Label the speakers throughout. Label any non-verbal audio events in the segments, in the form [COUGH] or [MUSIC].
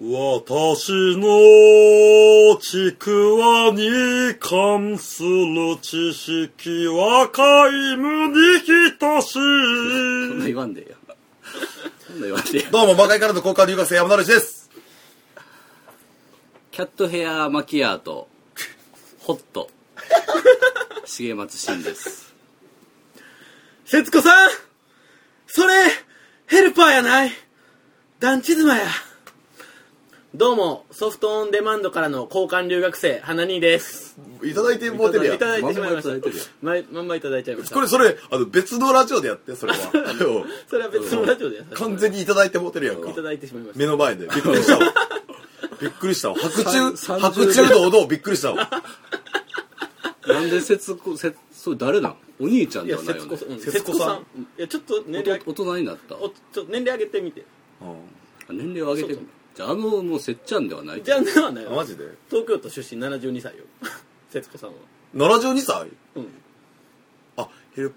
Speaker 1: 私のちくわに関する知識は皆無に等し。
Speaker 2: そんない言わんでええよそんな言わんでええよ
Speaker 3: どうも、魔界からの交換留学生山田るです。
Speaker 2: キャットヘアマキアートホット重松真です
Speaker 4: 節子さんそれ、ヘルパーやない団地妻や。どうも、ソフトオンデマンドからの交換留学生、花兄です。
Speaker 3: いただいてもうてるやん
Speaker 4: い。ただいてしまい
Speaker 2: まんま
Speaker 4: ま
Speaker 2: いただいてる
Speaker 4: し
Speaker 2: や
Speaker 4: た。まんまいただいちゃいました。
Speaker 3: これ、それ、あの、別のラジオでやって、それは。
Speaker 4: [LAUGHS] それは別のラジオでやっ
Speaker 3: うん
Speaker 4: た
Speaker 3: 完全にいただいてもうてるやん
Speaker 4: いた
Speaker 3: か。
Speaker 4: だいてしまいまし
Speaker 3: 目の前で。びっくりしたわ。びっくりしたわ。白昼、
Speaker 2: さん
Speaker 3: 白昼堂々びっくりしたわ。
Speaker 2: なんで節子節それ誰なんお兄ちゃ
Speaker 4: た。
Speaker 2: んで
Speaker 4: いや、
Speaker 2: はないよ
Speaker 4: 節子
Speaker 2: ね
Speaker 4: さんうん。
Speaker 3: 節
Speaker 4: 節
Speaker 3: 子
Speaker 4: 子
Speaker 3: さ
Speaker 4: さ
Speaker 3: ん
Speaker 4: ん。いや、ちょっと年齢
Speaker 2: お大人になった
Speaker 4: おちょっと年齢上げてみて。
Speaker 2: あ年齢を上げて
Speaker 4: そう
Speaker 2: じゃああのもうせっちゃんではない
Speaker 4: じゃあ、ではない
Speaker 3: あ
Speaker 4: よ
Speaker 3: マジで
Speaker 4: 東京都出身72歳よ。 [LAUGHS] 節子さんは。
Speaker 3: ?72 歳
Speaker 4: うん。
Speaker 3: あ、ヘル、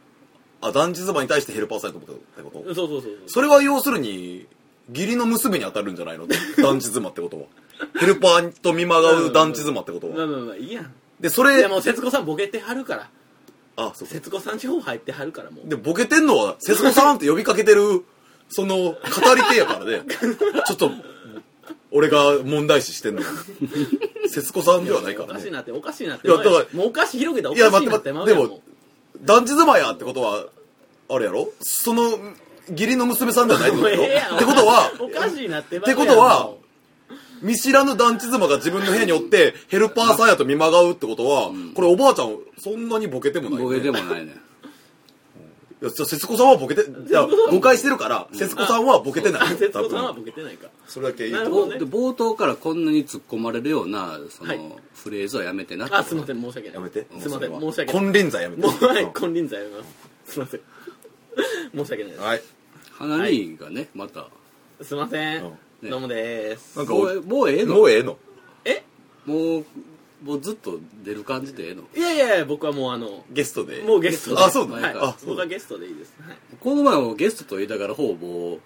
Speaker 3: あ、団地妻に対してヘルパーされたってことってこと
Speaker 4: そうそうそうそう。
Speaker 3: それは要するに、義理の娘に当たるんじゃない
Speaker 4: [LAUGHS]
Speaker 3: の団地妻ってことは。ヘルパーと見まがう団地妻ってこと
Speaker 4: まあ
Speaker 3: は。
Speaker 4: まあまあ、いいやん。
Speaker 3: で、そ
Speaker 4: い
Speaker 3: れ
Speaker 4: や、、もう節子さんボケてはるから。
Speaker 3: あ、そうそう。
Speaker 4: 節子さん地方入ってはるから、もう。
Speaker 3: で、ボケてんのは、節子さんって呼びかけてる、その、語り手やからね。ちょっと、俺が問題視して
Speaker 4: [LAUGHS]
Speaker 3: んのは。節子さんではないか
Speaker 4: お
Speaker 3: ら
Speaker 4: かしい
Speaker 3: ね。
Speaker 4: なっておかしいなって
Speaker 3: いやだから
Speaker 4: もうおかしい広げたら
Speaker 3: いや、
Speaker 4: おかし
Speaker 3: 待
Speaker 4: い
Speaker 3: って
Speaker 4: な
Speaker 3: 待
Speaker 4: っ
Speaker 3: ってで
Speaker 4: てまうやん
Speaker 3: も、団地妻やってことは、あれやろその、義理の娘さんではないって
Speaker 4: も
Speaker 3: こ
Speaker 4: う
Speaker 3: と
Speaker 4: え
Speaker 3: やろ
Speaker 4: えやん
Speaker 3: ってことは、
Speaker 4: おかしいなって
Speaker 3: っ
Speaker 4: まうや
Speaker 3: て
Speaker 4: ん
Speaker 3: ことは
Speaker 4: も
Speaker 3: 見知らぬ団地妻が自分の部屋におって、ヘルパーさんやと見まがうってことは、これおばあちゃん、そんなにボケてもない、ね。
Speaker 2: ボケでも
Speaker 4: [LAUGHS]
Speaker 2: ないね
Speaker 3: いや、じゃあ節子さんはボケて、いや、誤解してるから、節子さんはボケてな
Speaker 4: う
Speaker 3: い。
Speaker 4: 節子さん
Speaker 3: 多
Speaker 4: は
Speaker 3: 分
Speaker 4: ボケてないか
Speaker 3: それだけ言
Speaker 4: な
Speaker 3: う
Speaker 4: る
Speaker 3: と
Speaker 4: ほど
Speaker 2: ぼ
Speaker 4: ね
Speaker 2: で冒頭からこんなに突っ込まれるようなその、
Speaker 4: はい
Speaker 2: フレーズはやめてなって
Speaker 4: あすいません申し訳ない
Speaker 3: やめて。
Speaker 4: すいません
Speaker 3: もう
Speaker 4: 申し
Speaker 3: それは
Speaker 4: 訳
Speaker 3: 金
Speaker 4: ない
Speaker 3: 輪際やめて。
Speaker 4: もうはい
Speaker 3: うん
Speaker 4: 金輪際やめますすいません申し訳ないで
Speaker 3: はい。
Speaker 2: 花兄がね、また
Speaker 4: すすいません
Speaker 3: うん
Speaker 2: ね
Speaker 4: どうもでーす
Speaker 3: なんか
Speaker 2: もうえもうええの
Speaker 3: もうええの
Speaker 4: え
Speaker 2: もうもうずっと出る感じでええの
Speaker 4: いやいやいや僕はもうあの
Speaker 3: ゲストで。
Speaker 4: もうゲストで
Speaker 3: あそうな
Speaker 4: は
Speaker 3: ん
Speaker 4: い
Speaker 3: だあそう
Speaker 4: 僕はゲストでいいですはい
Speaker 2: この前もゲストと言いながらほぼ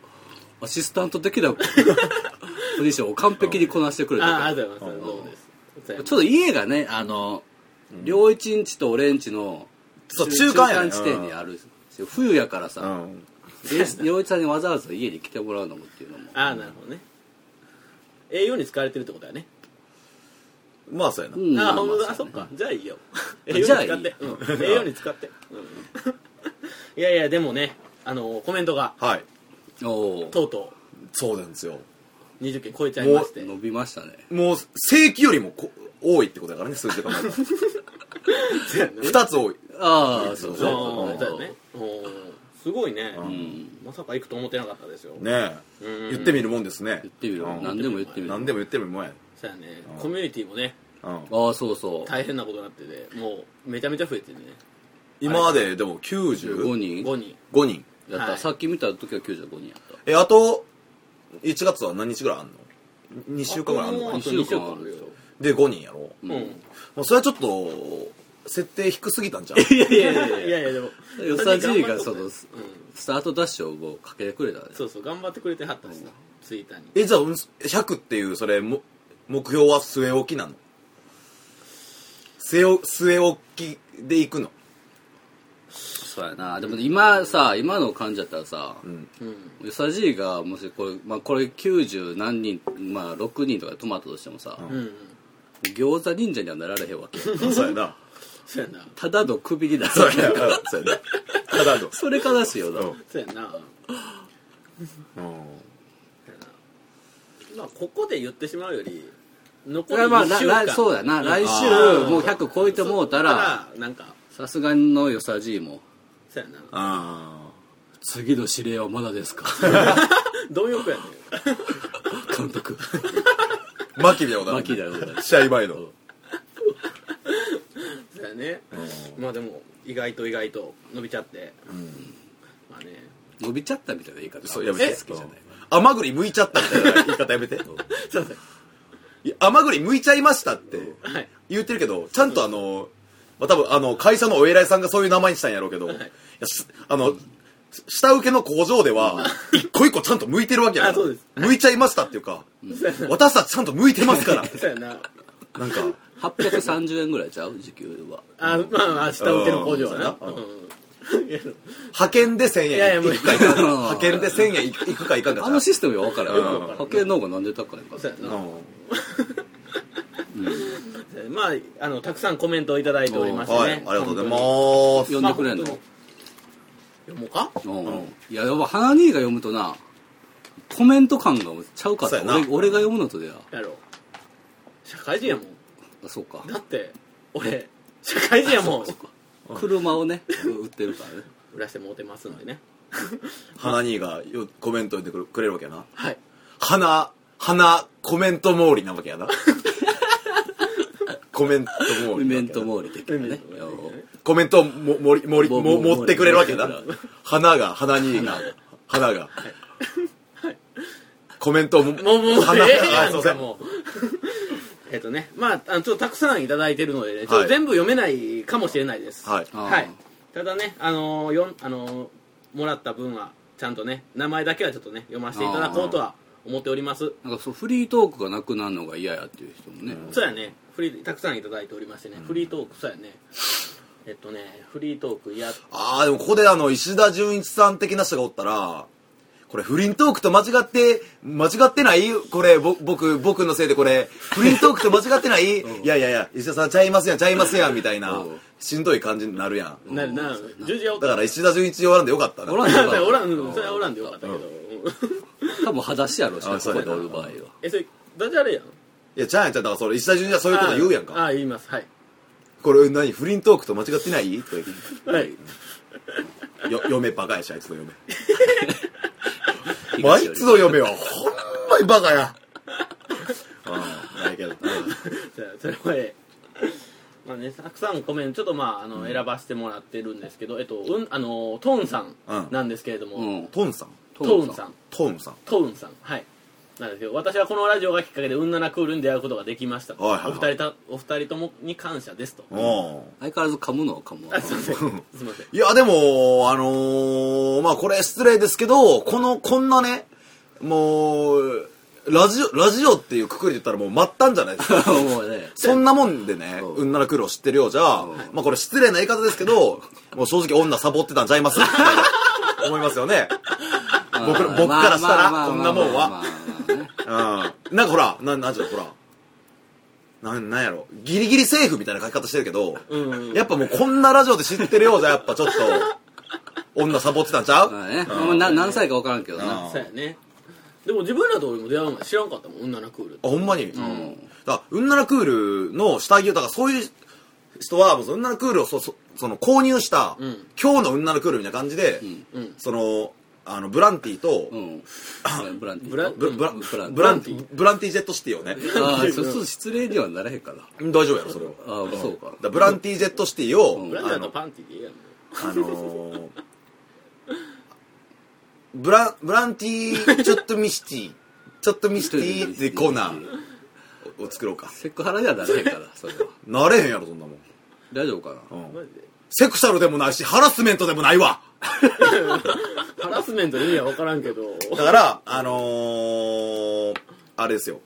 Speaker 2: アシスタント的
Speaker 4: [LAUGHS]
Speaker 2: なポジションを完璧にこなしてくれたから
Speaker 4: あありがとうございますどうもです
Speaker 2: ち
Speaker 4: ち
Speaker 2: ょっと家がねあの両一んちと俺んちの
Speaker 3: そう中間やね
Speaker 2: 地点にある冬やから
Speaker 3: う
Speaker 2: さ
Speaker 3: ん。
Speaker 2: で [LAUGHS] 両一さんにわざわざ家に来てもらうのもっていうのも
Speaker 4: ああなるほどね栄養に使われてるってことだね
Speaker 3: まあ、そうやな。
Speaker 2: うん
Speaker 4: あ、ほんと
Speaker 2: ま
Speaker 4: だ、あ、そっか。じゃあいいよ。
Speaker 2: あ
Speaker 4: 栄養に
Speaker 2: じゃあいい
Speaker 4: 使って。うん栄養に使って。うん [LAUGHS] いやいや、でもね、あの、コメントが、
Speaker 3: はい。
Speaker 2: おー
Speaker 4: とうと
Speaker 3: そうなんですよ。
Speaker 4: う20件超えちゃいまして。
Speaker 2: 伸びましたね
Speaker 3: もう、正規よりもこ多いってことだからね、数字
Speaker 2: [LAUGHS]
Speaker 3: が。二つ多い。
Speaker 2: ああそう
Speaker 4: そ
Speaker 2: そう
Speaker 4: う、だよね。おーすごいね。
Speaker 2: うん
Speaker 4: まさか行くと思ってなかったですよ。
Speaker 3: ね
Speaker 4: う
Speaker 3: え。
Speaker 4: ん
Speaker 3: 言ってみるもんですね。
Speaker 2: 言ってみ
Speaker 3: う
Speaker 2: ろ
Speaker 3: ん
Speaker 2: 何でも言ってみろ
Speaker 3: 何でも言ってみるもんや。
Speaker 4: そうやね。コミュニティもね、
Speaker 3: うん。
Speaker 2: ああそうそう
Speaker 4: 大変なことになってて、もう、めちゃめちゃ増えてね。
Speaker 3: 今まででも
Speaker 2: 5
Speaker 3: 95
Speaker 2: 人
Speaker 4: 5人。
Speaker 3: 人。
Speaker 2: やった、
Speaker 4: はい
Speaker 2: さっき見た時は95人やっ
Speaker 3: え、あと、1月は何日ぐらいあんの ?2 週間ぐらいあん
Speaker 4: あ
Speaker 3: の
Speaker 4: と
Speaker 3: か
Speaker 2: た
Speaker 3: な
Speaker 2: 1
Speaker 4: 二
Speaker 2: 週
Speaker 4: 週
Speaker 2: 間
Speaker 4: 間
Speaker 2: あ
Speaker 4: あ
Speaker 2: る
Speaker 4: る
Speaker 2: で
Speaker 4: で
Speaker 2: し
Speaker 4: し
Speaker 2: ょ
Speaker 3: で、5人やろ。
Speaker 4: うん。
Speaker 3: まあ、それはちょっと、設定低すぎたんじゃん。
Speaker 4: いやいやいやいやいや、でも。
Speaker 2: よさじいがその
Speaker 4: うん
Speaker 2: スタートダッシュをもうかけてくれたね
Speaker 4: そうそう、頑張ってくれてはったしさ、ツイッターに。
Speaker 3: えじゃあうん100っていうそれも目標は据え置きなの据えお据え置きでいくの
Speaker 2: そうやなでも今さ今の感じやったらさ、
Speaker 4: うん。
Speaker 2: よさじいがもしこれ,、まあ、これ90何人まあ6人とかで止まったとしてもさ、
Speaker 4: うんうん。
Speaker 2: 餃子忍者にはなられへんわけや
Speaker 3: そうやな
Speaker 4: そうやな。
Speaker 2: ただの首になる
Speaker 3: そうやなそうやなただの
Speaker 2: それ悲しいよな、
Speaker 4: そうやな。
Speaker 3: うん
Speaker 4: まあここで言ってしまうより
Speaker 2: そ
Speaker 4: 残り
Speaker 2: れはまあ
Speaker 4: 1
Speaker 2: な
Speaker 4: 週間
Speaker 2: 来そうやな、来週もう100超えてもうたら
Speaker 4: なんか
Speaker 2: さすがのよさじいも
Speaker 4: そうやな
Speaker 3: あ
Speaker 2: 次の指令はまだですか
Speaker 4: 貪欲やね
Speaker 2: 監督
Speaker 3: あマキみたいなことあ
Speaker 2: マ
Speaker 3: る
Speaker 2: キだよこれ
Speaker 3: 試合前の
Speaker 4: そうやねまあでも意外と意外と伸びちゃってまあね
Speaker 2: 伸びちゃったみたいな言い方
Speaker 3: そうやめて
Speaker 2: え好きじゃない
Speaker 3: うん甘栗むいちゃったみたいな言い方やめて
Speaker 4: そうそう
Speaker 3: いや甘栗むいちゃいましたって
Speaker 4: はい
Speaker 3: 言ってるけどちゃんとあの、まあ、多分あの会社のお偉いさんがそういう名前にしたんやろうけど、いやすあの下請けの工場では、一個一個ちゃんと剥いてるわけやから。
Speaker 4: あそうです
Speaker 3: 剥いちゃいましたっていうか、私たちちゃんと剥いてますから。
Speaker 4: そうやな。
Speaker 3: なんか、
Speaker 2: 830円ぐらいちゃう時給は
Speaker 4: あ、まあ、明日受けの工場はな。
Speaker 3: うん
Speaker 4: うんいや
Speaker 3: 派遣で1000円。
Speaker 4: いやいやもう
Speaker 3: 行くか行かんか派遣で1000円行くか行かんか。
Speaker 2: あのシステムが分からん
Speaker 3: うん
Speaker 2: 派遣の方がなんで高いのか
Speaker 4: そうやな。
Speaker 3: うん
Speaker 4: まあ、あの、たくさんコメントをいただいておりましてね。。
Speaker 3: はい、ありがとうございますす。
Speaker 2: 読んでくれんの
Speaker 4: 読もうか
Speaker 2: うんいややっぱ花兄が読むとなコメント感がちゃうから
Speaker 3: そうやな
Speaker 2: 俺俺が読むのとでや
Speaker 4: やろう。社会人やもん。
Speaker 2: あそうか
Speaker 4: だって、俺、社会人やもん。
Speaker 2: 車をね売ってるからね
Speaker 4: 売らせてもうてますんでね。
Speaker 3: 花兄がよコメントでくれるわけやな。
Speaker 4: はい。
Speaker 3: 花、花、コメント毛利なわけやな。コメント毛
Speaker 2: イ
Speaker 3: 利なわ
Speaker 2: ベン
Speaker 3: けや
Speaker 2: ト
Speaker 3: な。
Speaker 2: モール的なね
Speaker 3: コメントをももりもり
Speaker 2: も
Speaker 3: も
Speaker 2: も
Speaker 3: 持ってくれるわけだ
Speaker 2: もり。
Speaker 3: 花が、花兄が、花が。コメントも、
Speaker 4: もう、もう、
Speaker 3: 花
Speaker 4: ええやん
Speaker 3: あすいません。
Speaker 4: もう。えっとね、まあ、あのちょっとたくさんいただいてるのでね、ちょ
Speaker 3: は
Speaker 4: っと
Speaker 3: い
Speaker 4: 全部読めないかもしれないです。
Speaker 3: はい。
Speaker 2: あー
Speaker 4: はい。ただね、あのーよんあのーもらった分は、ちゃんとね、名前だけはちょっとね、読ませていただこうとは思っております。
Speaker 2: なんかそうフリートークがなくなるのが嫌やっていう人もね
Speaker 4: そうやね、フリーたくさんいただいておりましてね、フリートーク、そうやね。えっとね、フリートーク、いや、
Speaker 3: ああ、でもここであの、石田純一さん的な人がおったら、これ、不倫トークと間違って、間違ってないこれ、ぼ僕、僕のせいでこれ、不倫トークと間違ってないいやいやいや、石田さんちゃいますやん、ちゃいますやん、みたいな
Speaker 2: うん、
Speaker 3: しんどい感じになるやん。
Speaker 4: なるな、十字は
Speaker 3: だから、石田純一を選んでよかったな。
Speaker 2: おらん
Speaker 4: そ
Speaker 2: よ
Speaker 4: う [LAUGHS] やおらん、
Speaker 2: う
Speaker 4: うんんそれはおらんでよかったけど。うん
Speaker 2: 多分裸足やろし
Speaker 3: あ
Speaker 2: な
Speaker 3: そ
Speaker 2: こ
Speaker 3: う
Speaker 2: こ
Speaker 3: や
Speaker 2: で
Speaker 3: な
Speaker 2: おる場合は
Speaker 4: え、それ、ダジャレやん。
Speaker 3: いや、ちゃうやん、ちゃうやんだから、それ、石田純一はそういうこと言うやん
Speaker 4: あー
Speaker 3: か。
Speaker 4: あー、言います、はい。
Speaker 3: これ、何、不倫トークと間違ってないとか言って
Speaker 4: はい。
Speaker 3: よ嫁バカやしあいつの嫁まああいつの嫁はほんまにバカやうんないけど
Speaker 4: じゃ [LAUGHS] あそれはええまあね、たくさんコメントちょっとまああの、選ばせてもらってるんですけど、えっとうん、あのトーンさん
Speaker 3: うん
Speaker 4: なんですけれども、
Speaker 2: うん
Speaker 3: トンさん
Speaker 4: トーンさん
Speaker 3: トンさん
Speaker 4: トーンさんはいなんですけど私はこのラジオがきっかけでうんななクールに出会うことができましたと
Speaker 3: はいはいはい
Speaker 4: お二人たお二人ともに感謝ですと
Speaker 3: うん
Speaker 2: 相変わらず噛むのは噛むわ
Speaker 4: [LAUGHS] あすいませんすいません
Speaker 3: いやでもあのーまあこれ失礼ですけどこのこんなねもうラジオラジオっていうくくりで言ったらもう末端じゃないです
Speaker 2: [LAUGHS]
Speaker 3: か
Speaker 2: もうね
Speaker 3: そんなもんでね、うんなら苦労知ってるようじゃ、まあこれ失礼な言い方ですけ
Speaker 2: [LAUGHS]
Speaker 3: ど、もう正直女サボってたんちゃいますって思いますよね。 [LAUGHS]
Speaker 2: [LAUGHS]
Speaker 3: 僕ら僕からしたら
Speaker 2: まあまあ
Speaker 3: こんなもんは
Speaker 2: まあまあまあね
Speaker 3: うん。なんかほら、ななんちゅうの、ほら。なん、なんやろ。ギリギリセーフみたいな書き方してるけど、
Speaker 4: うん
Speaker 3: やっぱもうこんなラジオで知ってるようじゃ、やっぱちょっと、女サボってたんちゃう、
Speaker 2: まあねまあな何歳か分からんけどな
Speaker 3: あ
Speaker 4: そうやねでも自分らと俺も出会う前知らんかったもんうんななクールって
Speaker 3: あ、ほんまに。うん。だからうんならクールの下着を、だからそういう人は、もうそのうんならクールをそそその購入した、
Speaker 4: うん
Speaker 3: 今日のうんならクールみたいな感じで、
Speaker 4: うん
Speaker 3: その、あの、ブランティと、
Speaker 2: うんブランティ
Speaker 4: ブラ
Speaker 3: ブラブラ
Speaker 2: ブラン
Speaker 3: ブランティ、ブランティジェットシティをね、
Speaker 2: ああそうそう失礼にはならへんから
Speaker 3: [LAUGHS] 大丈夫やろ、それは。だか
Speaker 2: ああそうから
Speaker 3: ブランティジェットシティを、
Speaker 2: うん
Speaker 4: ブラジャーとパンティーでいいやん
Speaker 3: あのー、ブラブランティーちょっとミシティちょっとミシティってコーナーを作ろうか
Speaker 2: セクハラにはならへ
Speaker 3: [LAUGHS]
Speaker 2: んからそれは
Speaker 3: なれへんやろそんなもん、
Speaker 2: 大丈夫かな
Speaker 3: うん、
Speaker 4: マジで
Speaker 3: セクシャルでもないしハラスメントでもないわ
Speaker 4: ハラスメントの意味は分からんけど
Speaker 3: だからあのー、あれですよ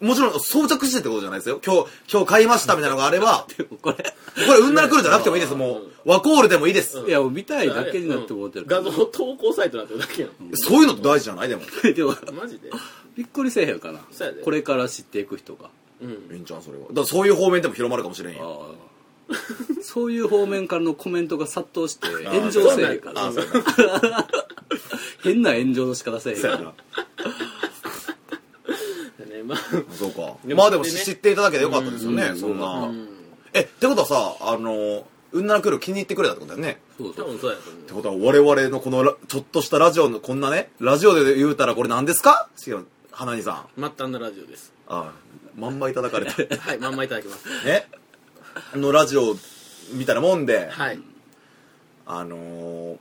Speaker 3: もちろん装着してってことじゃないですよ今日今日買いましたみたいなのがあれば
Speaker 2: でもこれ
Speaker 3: これうんなら来るじゃなくてもいいですもうワコールでもいいです、
Speaker 2: いやもう見たいだけになって思ってる
Speaker 4: 画像投稿サイトになってるだけやん
Speaker 3: そういうのって大事じゃないでも
Speaker 2: [LAUGHS] でも
Speaker 4: マジで
Speaker 2: びっくりせえへんかな
Speaker 4: そうやで
Speaker 2: これから知っていく人が
Speaker 4: うん
Speaker 3: いいんちゃんそれはだからそういう方面でも広まるかもしれん
Speaker 2: あ
Speaker 3: よ
Speaker 2: あそういう方面からのコメントが殺到して
Speaker 3: あ
Speaker 2: 炎上せえへんか
Speaker 3: あ
Speaker 2: ら
Speaker 3: そうやな
Speaker 2: 変な炎上の仕方せえへん
Speaker 3: そう
Speaker 2: か
Speaker 3: や
Speaker 2: ら
Speaker 3: な
Speaker 4: ねまあ
Speaker 3: そうか
Speaker 4: で。も
Speaker 3: まあでも
Speaker 4: でね
Speaker 3: 知っていただけでよかったですよね、
Speaker 2: うん
Speaker 3: そんな
Speaker 2: う。
Speaker 3: え、ってことはさ、あの、うんなら来る気に入ってくれたってことだよね。
Speaker 2: そうそ
Speaker 4: 多
Speaker 2: う
Speaker 4: 分そうやと思う
Speaker 3: ってことは我々のこのラちょっとしたラジオのこんなね、ラジオで言うたらこれ何ですか違う、花にさん。
Speaker 4: 末端のラジオです
Speaker 3: あまんまいただかれ
Speaker 2: [LAUGHS]
Speaker 3: た。
Speaker 4: はいまんまいただきます
Speaker 3: ね。のラジオみたいなもんで、
Speaker 4: はい
Speaker 3: あのー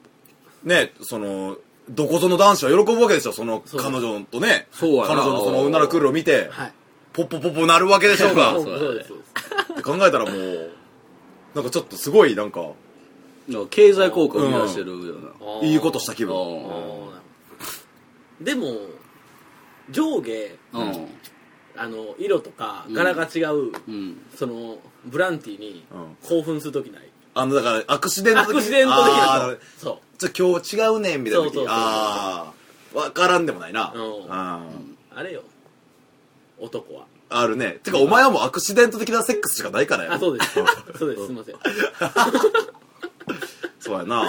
Speaker 3: ね、その、どこぞの男子は喜ぶわけですよ、その
Speaker 4: そう
Speaker 3: 彼女とね、
Speaker 2: そうやな
Speaker 3: 彼女のそのうんなら来るを見て、
Speaker 4: はい
Speaker 3: ポッポポポなるわけでしょうが
Speaker 2: あ。
Speaker 4: そう
Speaker 2: そうやね
Speaker 4: そうですそうです
Speaker 3: って考えたらもうなんかちょっとすごいなんか
Speaker 2: 経済効果を生み出してるような、
Speaker 3: いいことした気分。
Speaker 2: う
Speaker 4: でも上下
Speaker 2: んうん
Speaker 4: あの色とか柄が違う、
Speaker 2: うん
Speaker 4: そのブランティに
Speaker 3: うん
Speaker 4: 興奮するときない
Speaker 3: あの、だから、アクシデント
Speaker 4: アクシデント的
Speaker 3: あ
Speaker 4: な
Speaker 3: ー
Speaker 4: そ
Speaker 3: ちょ、今日違うねん、みたいな時
Speaker 4: そうそうそうそう
Speaker 3: ああ、わからんでもないな。
Speaker 4: うん
Speaker 3: あ
Speaker 4: うあれよ男は
Speaker 3: ーあるね。てか、お前はもうアクシデント的なセックスしかないからや。
Speaker 4: あ [LAUGHS] そうですそうですすいません
Speaker 3: そうやな。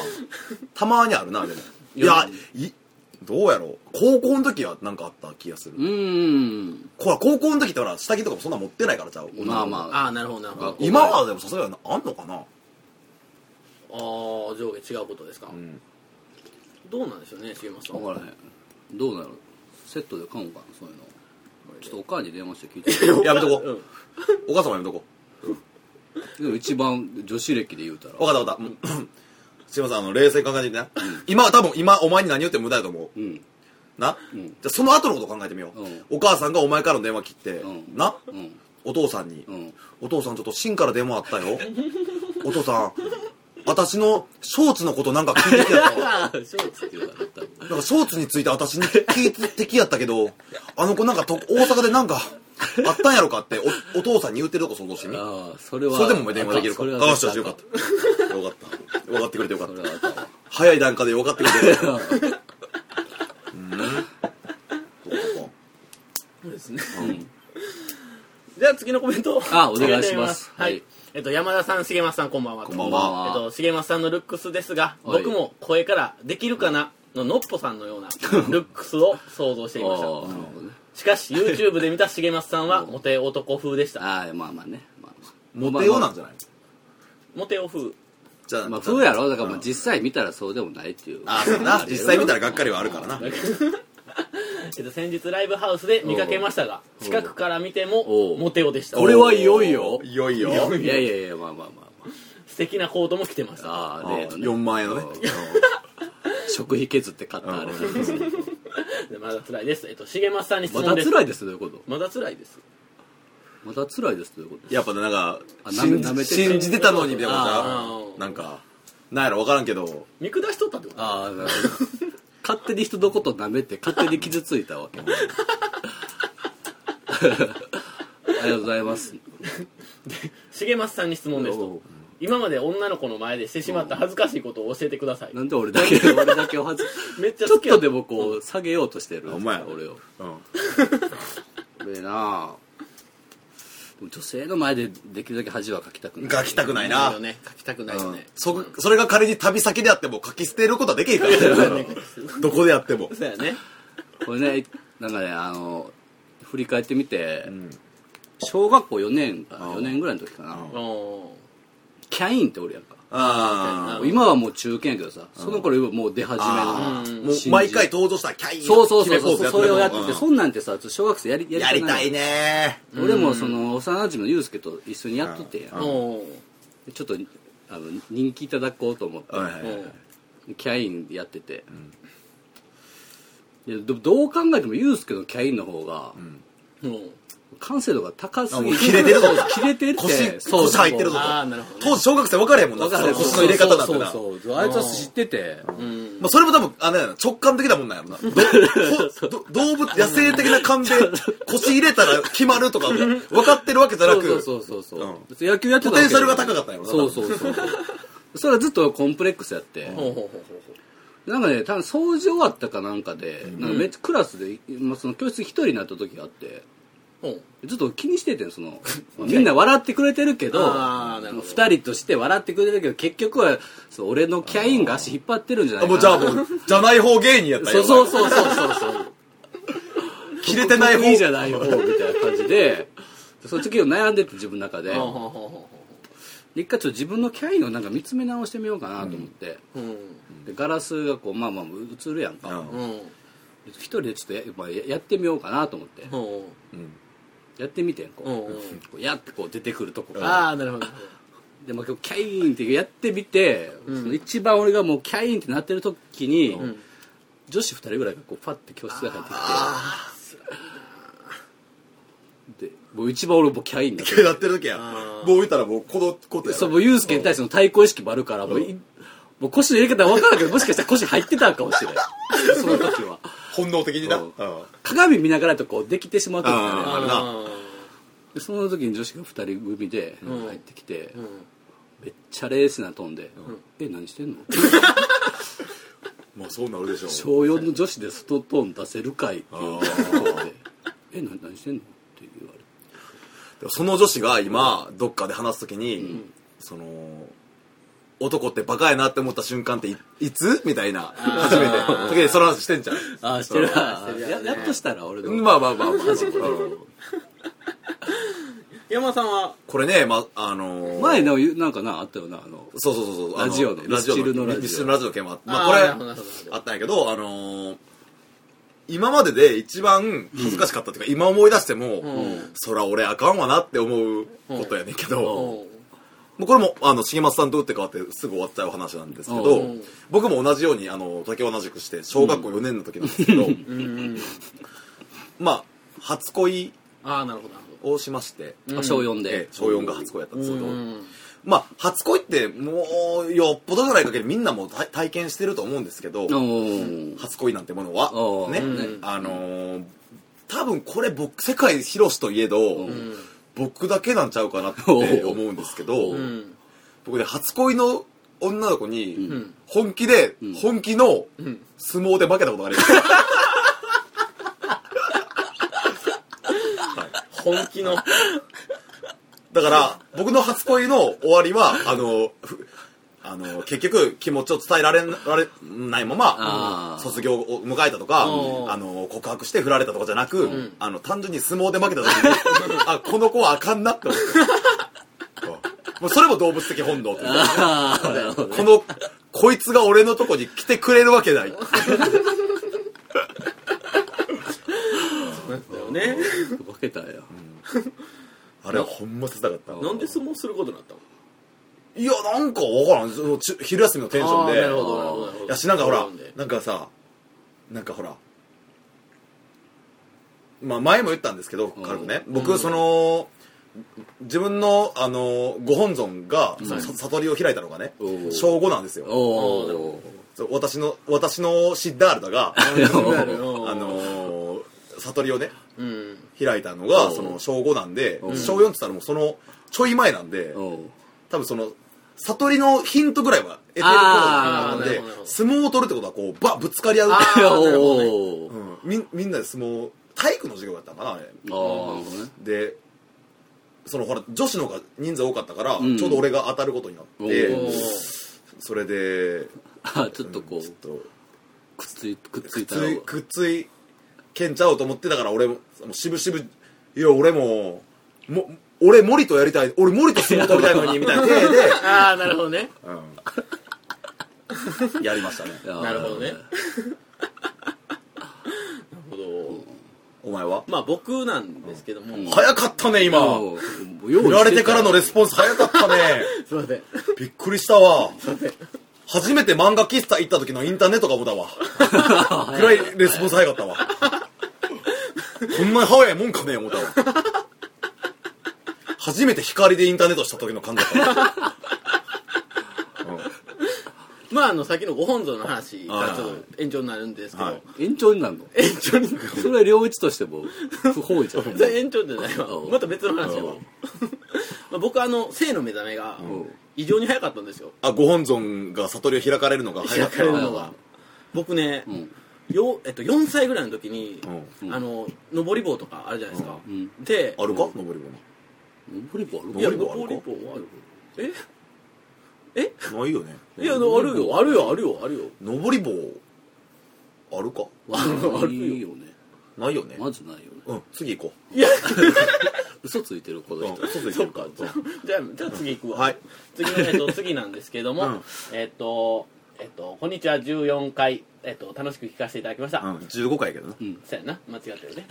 Speaker 3: たまにあるな、でも。いや、い、どうやろう。高校の時はなんかあった気がする。
Speaker 2: うん
Speaker 3: ほら、高校の時ってほら、下着とかもそんな持ってないからちゃう。
Speaker 2: まあまあ
Speaker 4: ああなるほどなるほど
Speaker 2: あ
Speaker 3: 今はでもさすがにあんのかな
Speaker 4: ああ上下違うことですか、
Speaker 3: ん
Speaker 4: どうなんでしょうね重松さん
Speaker 2: 分からへんどうなるセットで買うんかなそういうのちょっとお母に電話して聞いて
Speaker 3: やめとこ
Speaker 4: うん
Speaker 3: お母様やめとこ
Speaker 2: でも一番女子歴で言うたら
Speaker 3: わかったわかったうんすいませんあの冷静に考えてみてな今は多分今お前に何言っても無駄だと思う
Speaker 2: うん
Speaker 3: な
Speaker 2: うん
Speaker 3: じゃあその後のこと考えてみよ
Speaker 2: うん
Speaker 3: うお母さんがお前からの電話切って
Speaker 2: うん
Speaker 3: な
Speaker 2: うん
Speaker 3: お父さんに
Speaker 2: うん
Speaker 3: 「お父さんちょっと芯から電話あったよお父さん私のショーツのことなんか聞い
Speaker 4: [LAUGHS]
Speaker 2: [LAUGHS]
Speaker 3: てきてやったわ
Speaker 4: あーそうです
Speaker 2: って言われた
Speaker 3: なんかショーツについて私に聞いてきやったけどあの子なんかと大阪でなんかあったんやろかっておお父さんに言うてるとこ想像してみ
Speaker 2: ああそれは
Speaker 3: それでもお前電話できるか
Speaker 2: それは
Speaker 3: あよしよしよかったよかった分かってくれてよかっ
Speaker 2: それ
Speaker 3: た
Speaker 2: はあかんわ
Speaker 3: 早い段階で分かってくれてよかった
Speaker 2: [LAUGHS]
Speaker 4: そうですね、じゃあ次のコメント
Speaker 2: あお願いします
Speaker 4: はい、
Speaker 2: はい
Speaker 4: えっと山田さん重松さんこんばんは
Speaker 3: こんばん
Speaker 2: は
Speaker 4: えっと重松さんのルックスですが
Speaker 2: はい
Speaker 4: 僕も声からできるかなののっぽさんのようなルックスを想像していまし
Speaker 2: あ
Speaker 4: た
Speaker 2: あなるほどね
Speaker 4: しかし YouTube で見た重松さんはモテ男風でした
Speaker 2: ああまあまあねまあまあ
Speaker 3: モテようなんじゃない
Speaker 4: モテ男風
Speaker 3: じゃあ
Speaker 2: まあそうやろだから
Speaker 3: う
Speaker 2: まあ
Speaker 3: ん
Speaker 2: 実際見たらそうでもないっていう
Speaker 3: あそうな実際見たらがっかりはあるからな
Speaker 4: えっと先日ライブハウスで見かけましたが近くから見て
Speaker 2: お
Speaker 4: も
Speaker 2: う
Speaker 4: モテ男でした
Speaker 2: これはいよいよ
Speaker 3: いよいよ
Speaker 2: いやいやいやまあまあまあ
Speaker 4: 素敵なコートも着てました
Speaker 2: まあああ例のね
Speaker 3: 4万円のね
Speaker 2: 食費削って買ったあれ
Speaker 4: でまだ辛いですえっと重松さんに質
Speaker 2: ま
Speaker 4: 問
Speaker 2: た
Speaker 4: です
Speaker 2: 辛いですどういうこと
Speaker 4: まだ辛いです
Speaker 2: また辛いですどういうこと
Speaker 3: やっぱねなんか
Speaker 2: あなめ
Speaker 3: 信
Speaker 2: なめ
Speaker 3: じ
Speaker 2: てる
Speaker 3: 信じてたのにみたいなことち
Speaker 4: あ
Speaker 3: ゃ
Speaker 4: ー
Speaker 3: うなんかなんやろ分からんけど
Speaker 4: 見下しとったってこと
Speaker 2: ああなるほど勝手に人のこと舐めて勝手に傷ついたわけありがとうございます
Speaker 4: 重松さんに質問です
Speaker 2: お
Speaker 4: と
Speaker 2: う
Speaker 4: 今まで女の子の前でしてしまった恥ずかしいことを教えてください
Speaker 2: なんで俺だけ俺だけを外す
Speaker 4: めっちゃ
Speaker 2: ちょ
Speaker 4: 好
Speaker 2: っ
Speaker 4: きや
Speaker 2: とでもこう下げようとしてる
Speaker 3: お前
Speaker 2: 俺を
Speaker 3: うん
Speaker 2: ええなあでも女性の前でできるだけ恥はかきたくない
Speaker 3: 書きたくないな
Speaker 4: よね書きたくないよね
Speaker 3: そそれが仮に旅先であっても書き捨てることはで
Speaker 2: [LAUGHS]
Speaker 3: きへんからねどこであっても
Speaker 4: そうやね
Speaker 2: これねなんかねあの振り返ってみて、小学校4年か4年ぐらいの時かな、
Speaker 4: おお
Speaker 2: キャインっておるやんか
Speaker 3: あ
Speaker 4: うん
Speaker 2: 今はもう中堅やけどさ、その頃今もう出始め
Speaker 3: あ
Speaker 2: の
Speaker 3: もう毎回登場したらキャイン
Speaker 2: そうそうそうそう
Speaker 3: 決めポーズ
Speaker 2: それをやって
Speaker 3: る
Speaker 2: て、そんなんてさ小学生やり
Speaker 3: うんやりたい
Speaker 2: ね
Speaker 3: ね
Speaker 2: 俺もその幼馴染のユうスケと一緒にやっとってんや
Speaker 4: おお
Speaker 2: でちょっとあの人気いただこうと思って、
Speaker 3: はいはいはい
Speaker 2: キャインやってて、いやどどう考えてもユうスケのキャインの方が、完成度が高すぎ
Speaker 3: あもう切れてるぞ
Speaker 2: そう [LAUGHS] 切れてるって
Speaker 3: 腰腰入ってるぞ
Speaker 4: ああなるほどね
Speaker 3: 当時小学生分からへんもんな
Speaker 2: 分か
Speaker 3: そ
Speaker 2: る
Speaker 3: の腰の入れ方なんてな
Speaker 2: そうそうそうあいつは知ってて、
Speaker 4: うん
Speaker 3: まあそれも多分あれやな直感的なもんなんやろなど [LAUGHS] ど動物野生的な勘で腰入れたら決まるとか
Speaker 2: [LAUGHS]
Speaker 3: 分かってるわけじゃなく
Speaker 2: そうそうそうそう、
Speaker 3: うん
Speaker 2: 別に野球やってたわけじゃな
Speaker 3: ポ
Speaker 2: い
Speaker 3: テンシャルが高かったんやろな
Speaker 2: そうそうそうそれはずっとコンプレックスやって、
Speaker 4: ほうほうほうほ
Speaker 2: なんかね多分掃除終わったかなんかで、なんかめっちゃクラスで、まあ、その教室一人になった時があって
Speaker 4: うほう
Speaker 2: ずっと気にしててんそのまあみんな笑ってくれてるけど
Speaker 4: あーなるほど
Speaker 2: 二人として笑ってくれてるけど結局はそう俺のキャインが足引っ張ってるんじゃな
Speaker 3: あ
Speaker 2: い
Speaker 3: も
Speaker 2: か
Speaker 3: うじゃあ
Speaker 2: な
Speaker 3: もうじゃない方芸人やった
Speaker 2: そ
Speaker 3: よ
Speaker 2: うそうそうそうそう [LAUGHS] そう
Speaker 3: 切れてない
Speaker 2: 得意じ
Speaker 3: 方
Speaker 2: ゃない方みたいな感じで [LAUGHS] その時を悩んでて自分の中で
Speaker 4: ほうほうほうほ
Speaker 2: で一回ちょっと自分のキャインをなんか見つめ直してみようかなと思って、
Speaker 4: ううん
Speaker 2: でガラスがこうまあまあ映るやんか、
Speaker 3: うん
Speaker 4: うん
Speaker 2: 一人でちょっとや,、まあ、ややってみようかなと思って、
Speaker 4: ほ
Speaker 2: やってみてんこ
Speaker 4: うう
Speaker 2: う、
Speaker 4: んうん
Speaker 2: こうやってこう出てくるとこから、
Speaker 4: ああなるほど
Speaker 2: でも今日キャインってやってみて、その一番俺がもうキャインってなってる時に、
Speaker 4: ん
Speaker 2: 女子二人ぐらいがこうパッて教室が入ってきてでもう一番俺もうキャインになってる
Speaker 3: やってる時やもう見たらもうこのことや
Speaker 2: そうもうユースケに対しての対抗意識もあるから、もういもう腰の入れ方分からなくてもしかしたら腰入ってたんかもしれない
Speaker 4: [LAUGHS]
Speaker 2: その時は
Speaker 3: 本能的にな。
Speaker 2: う
Speaker 3: うんん。
Speaker 2: 鏡見ながらとこうできてしまう時がね
Speaker 3: うん
Speaker 2: ある
Speaker 3: な
Speaker 2: でその時に女子が2人組で入ってきて、
Speaker 4: うん
Speaker 2: めっちゃレースな飛んで「え何してんの?」
Speaker 3: まあそうなるでしょう。
Speaker 2: 小4の女子で外トーン出せるかいっていうことで「え何何してんの?」って言われて
Speaker 3: でもその女子が今、どっかで話すときに、その、男ってバカやなって思った瞬間っていいつみたいな。初めて。時にその話してんじゃん。
Speaker 2: ああしてる
Speaker 4: してる
Speaker 2: や
Speaker 4: やね
Speaker 2: やっとしたら俺の、
Speaker 3: まあまあまあまあ。うん
Speaker 4: 山さんは
Speaker 3: これね、ま、あのー
Speaker 2: 前のなんかなあったよなあの
Speaker 3: そうそうそうそう。あ
Speaker 2: ラジオの
Speaker 3: ラジオ
Speaker 2: ミスチルのラジオ
Speaker 3: ミスチルのラジオの件もあって、ま
Speaker 4: あー
Speaker 3: あこれ、
Speaker 4: なるほどなるほど
Speaker 3: あったんやけど、あのー今までで一番恥ずかしかったっていうか、今思い出しても、
Speaker 4: ん
Speaker 3: そら俺あかんわなって思うことやねんけど、も
Speaker 4: うん
Speaker 3: うこれも、あの、重松さんと打って変わってすぐ終わっちゃう話なんですけど、
Speaker 2: うん
Speaker 3: 僕も同じように、あの、竹を同じくして、小学校4年の時なんですけど、
Speaker 4: うん
Speaker 3: まあ、初恋
Speaker 4: ああなるほどなる
Speaker 3: をしまして、
Speaker 2: あ小4で、
Speaker 3: ええ小4が初恋やったんです
Speaker 4: ほ
Speaker 3: けど、
Speaker 4: どうん
Speaker 3: まあ、初恋ってもうよっぽどじゃない限りみんなも体体験してると思うんですけど、
Speaker 2: うん
Speaker 3: 初恋なんてもの
Speaker 2: お
Speaker 3: は
Speaker 2: ー
Speaker 3: ね、
Speaker 2: うん
Speaker 3: あのー多分これ僕世界広しといえど、
Speaker 4: ん
Speaker 3: 僕だけなんちゃうかなって思うんですけど、
Speaker 4: うん
Speaker 3: 僕ね初恋の女の子
Speaker 4: う
Speaker 3: に
Speaker 4: ん
Speaker 3: 本気で、
Speaker 2: ん
Speaker 3: 本気の
Speaker 4: ん
Speaker 3: 相撲で負けたことがあります、
Speaker 4: 本気の
Speaker 3: だから僕の初恋の終わりはあのふあの結局気持ちを伝えられんられないま
Speaker 2: あ
Speaker 3: ま
Speaker 2: ー
Speaker 3: 卒業を迎えたとか
Speaker 4: うん
Speaker 3: あの告白して振られたとかじゃなく、
Speaker 4: ん
Speaker 3: あの単純に相撲で負けた時
Speaker 4: [LAUGHS]
Speaker 3: にあこの子はあかんなって思ったうんもうそれも動物的本能というか
Speaker 2: ああなるほど
Speaker 3: このこいつが俺のとこに来てくれるわけない
Speaker 4: だよね
Speaker 2: 負けたや、
Speaker 3: あれはほんま切なかった
Speaker 4: なんで相撲することになったの
Speaker 3: いやなんかわからんそのち昼休みのテンション
Speaker 4: あー
Speaker 3: で
Speaker 4: なるほどなるほどなるほど
Speaker 3: いやしなんかほら
Speaker 4: そうなんで
Speaker 3: なんかさなんかほらまあ前も言ったんですけど軽くね僕その自分のあのご本尊がさ悟りを開いたのがね
Speaker 2: おー
Speaker 3: 小5なんですよ
Speaker 2: おお
Speaker 3: そう私の私のシッダールダ
Speaker 4: [LAUGHS]
Speaker 3: があ
Speaker 4: うん
Speaker 3: のー悟りをね
Speaker 4: うん
Speaker 3: 開いたのが
Speaker 2: おー
Speaker 3: その小5なんで
Speaker 2: ん
Speaker 3: 小4って言ったらもうそのちょい前なんで
Speaker 2: おう
Speaker 3: 多分その悟りのヒントぐらいは得てる頃なの
Speaker 4: あーなる
Speaker 3: で
Speaker 4: ほどなるほど
Speaker 3: 相撲を取るってことはこうばぶつかり合う、
Speaker 4: あーなるほどね
Speaker 2: お
Speaker 3: う
Speaker 2: う
Speaker 3: ん、みみんなで相撲体育の授業だったのかなあれ
Speaker 2: ああなるほどね
Speaker 3: でそのほら女子の方が人数多かったから、
Speaker 2: ん
Speaker 3: ちょうど俺が当たることになって
Speaker 2: おー
Speaker 3: それで
Speaker 2: あちょっとこう
Speaker 3: ちょっと
Speaker 2: くっついくっつ
Speaker 3: くっ
Speaker 2: いた
Speaker 3: つい
Speaker 2: ら
Speaker 3: くっついけんちゃおうと思ってだから俺ももう渋々いや俺もも俺森とやりたい俺森と相撲取りたいのにみたいな体で、
Speaker 4: ああなるほどね
Speaker 3: うんやりましたね
Speaker 4: なるほどねなるほど
Speaker 3: お前は
Speaker 4: まあ僕なんですけども
Speaker 3: 早かったね、今。
Speaker 2: 振
Speaker 3: 振られてからのレスポンス早かった
Speaker 4: [LAUGHS]
Speaker 3: ね。
Speaker 4: すいません
Speaker 3: びっくりしたわ。初めて漫画喫茶行った時のインターネットかもだわ。くらいレスポンス早かったわ。こんなに早いもんかね、思ったわ。初めて光でインターネットした時の感じだ
Speaker 4: [LAUGHS]
Speaker 3: ったわ。
Speaker 4: まああの先のご本尊の話がちょっと延長になるんですけ
Speaker 3: は
Speaker 4: ど
Speaker 3: い
Speaker 2: 延長になるの
Speaker 4: 延長に
Speaker 2: それは両一としても不本意じゃない
Speaker 4: そ [LAUGHS] れ延長じゃないわ
Speaker 2: うん
Speaker 4: また別の話やわ [LAUGHS] まあ僕あの性の目覚めが異常に早かったんですよ
Speaker 3: あ、ご本尊が悟りを開かれるのが早か
Speaker 4: 開か
Speaker 3: った
Speaker 4: れる
Speaker 3: わ。
Speaker 4: のが僕ね
Speaker 2: ん
Speaker 4: よえっと4歳ぐらいの時にあの登り棒とかあるじゃないですか
Speaker 2: ん
Speaker 4: で
Speaker 3: あるか登り棒
Speaker 2: 登り棒ある
Speaker 4: いや
Speaker 3: 登り棒ある
Speaker 4: 登り棒はあるええ
Speaker 3: な。ないよね。
Speaker 4: いやあのあるよあるよあるよあるよ
Speaker 3: 登り棒、あるか
Speaker 2: 棒あるよね
Speaker 3: ないよね。
Speaker 2: まずないよね
Speaker 3: うん、次行こ
Speaker 4: いや
Speaker 2: 嘘ついてるこ
Speaker 3: う。
Speaker 2: の
Speaker 3: うん
Speaker 2: 人、
Speaker 3: 次行こうか。
Speaker 4: じゃあじゃあ次行くわ、
Speaker 3: はい
Speaker 4: 次の、えっと、次なんですけども、
Speaker 3: うん
Speaker 4: えっとえっと「こんにちは14回、えっと、楽しく聞かせていただきました」
Speaker 3: うん、15回やけどな。
Speaker 4: そうやな間違ってるね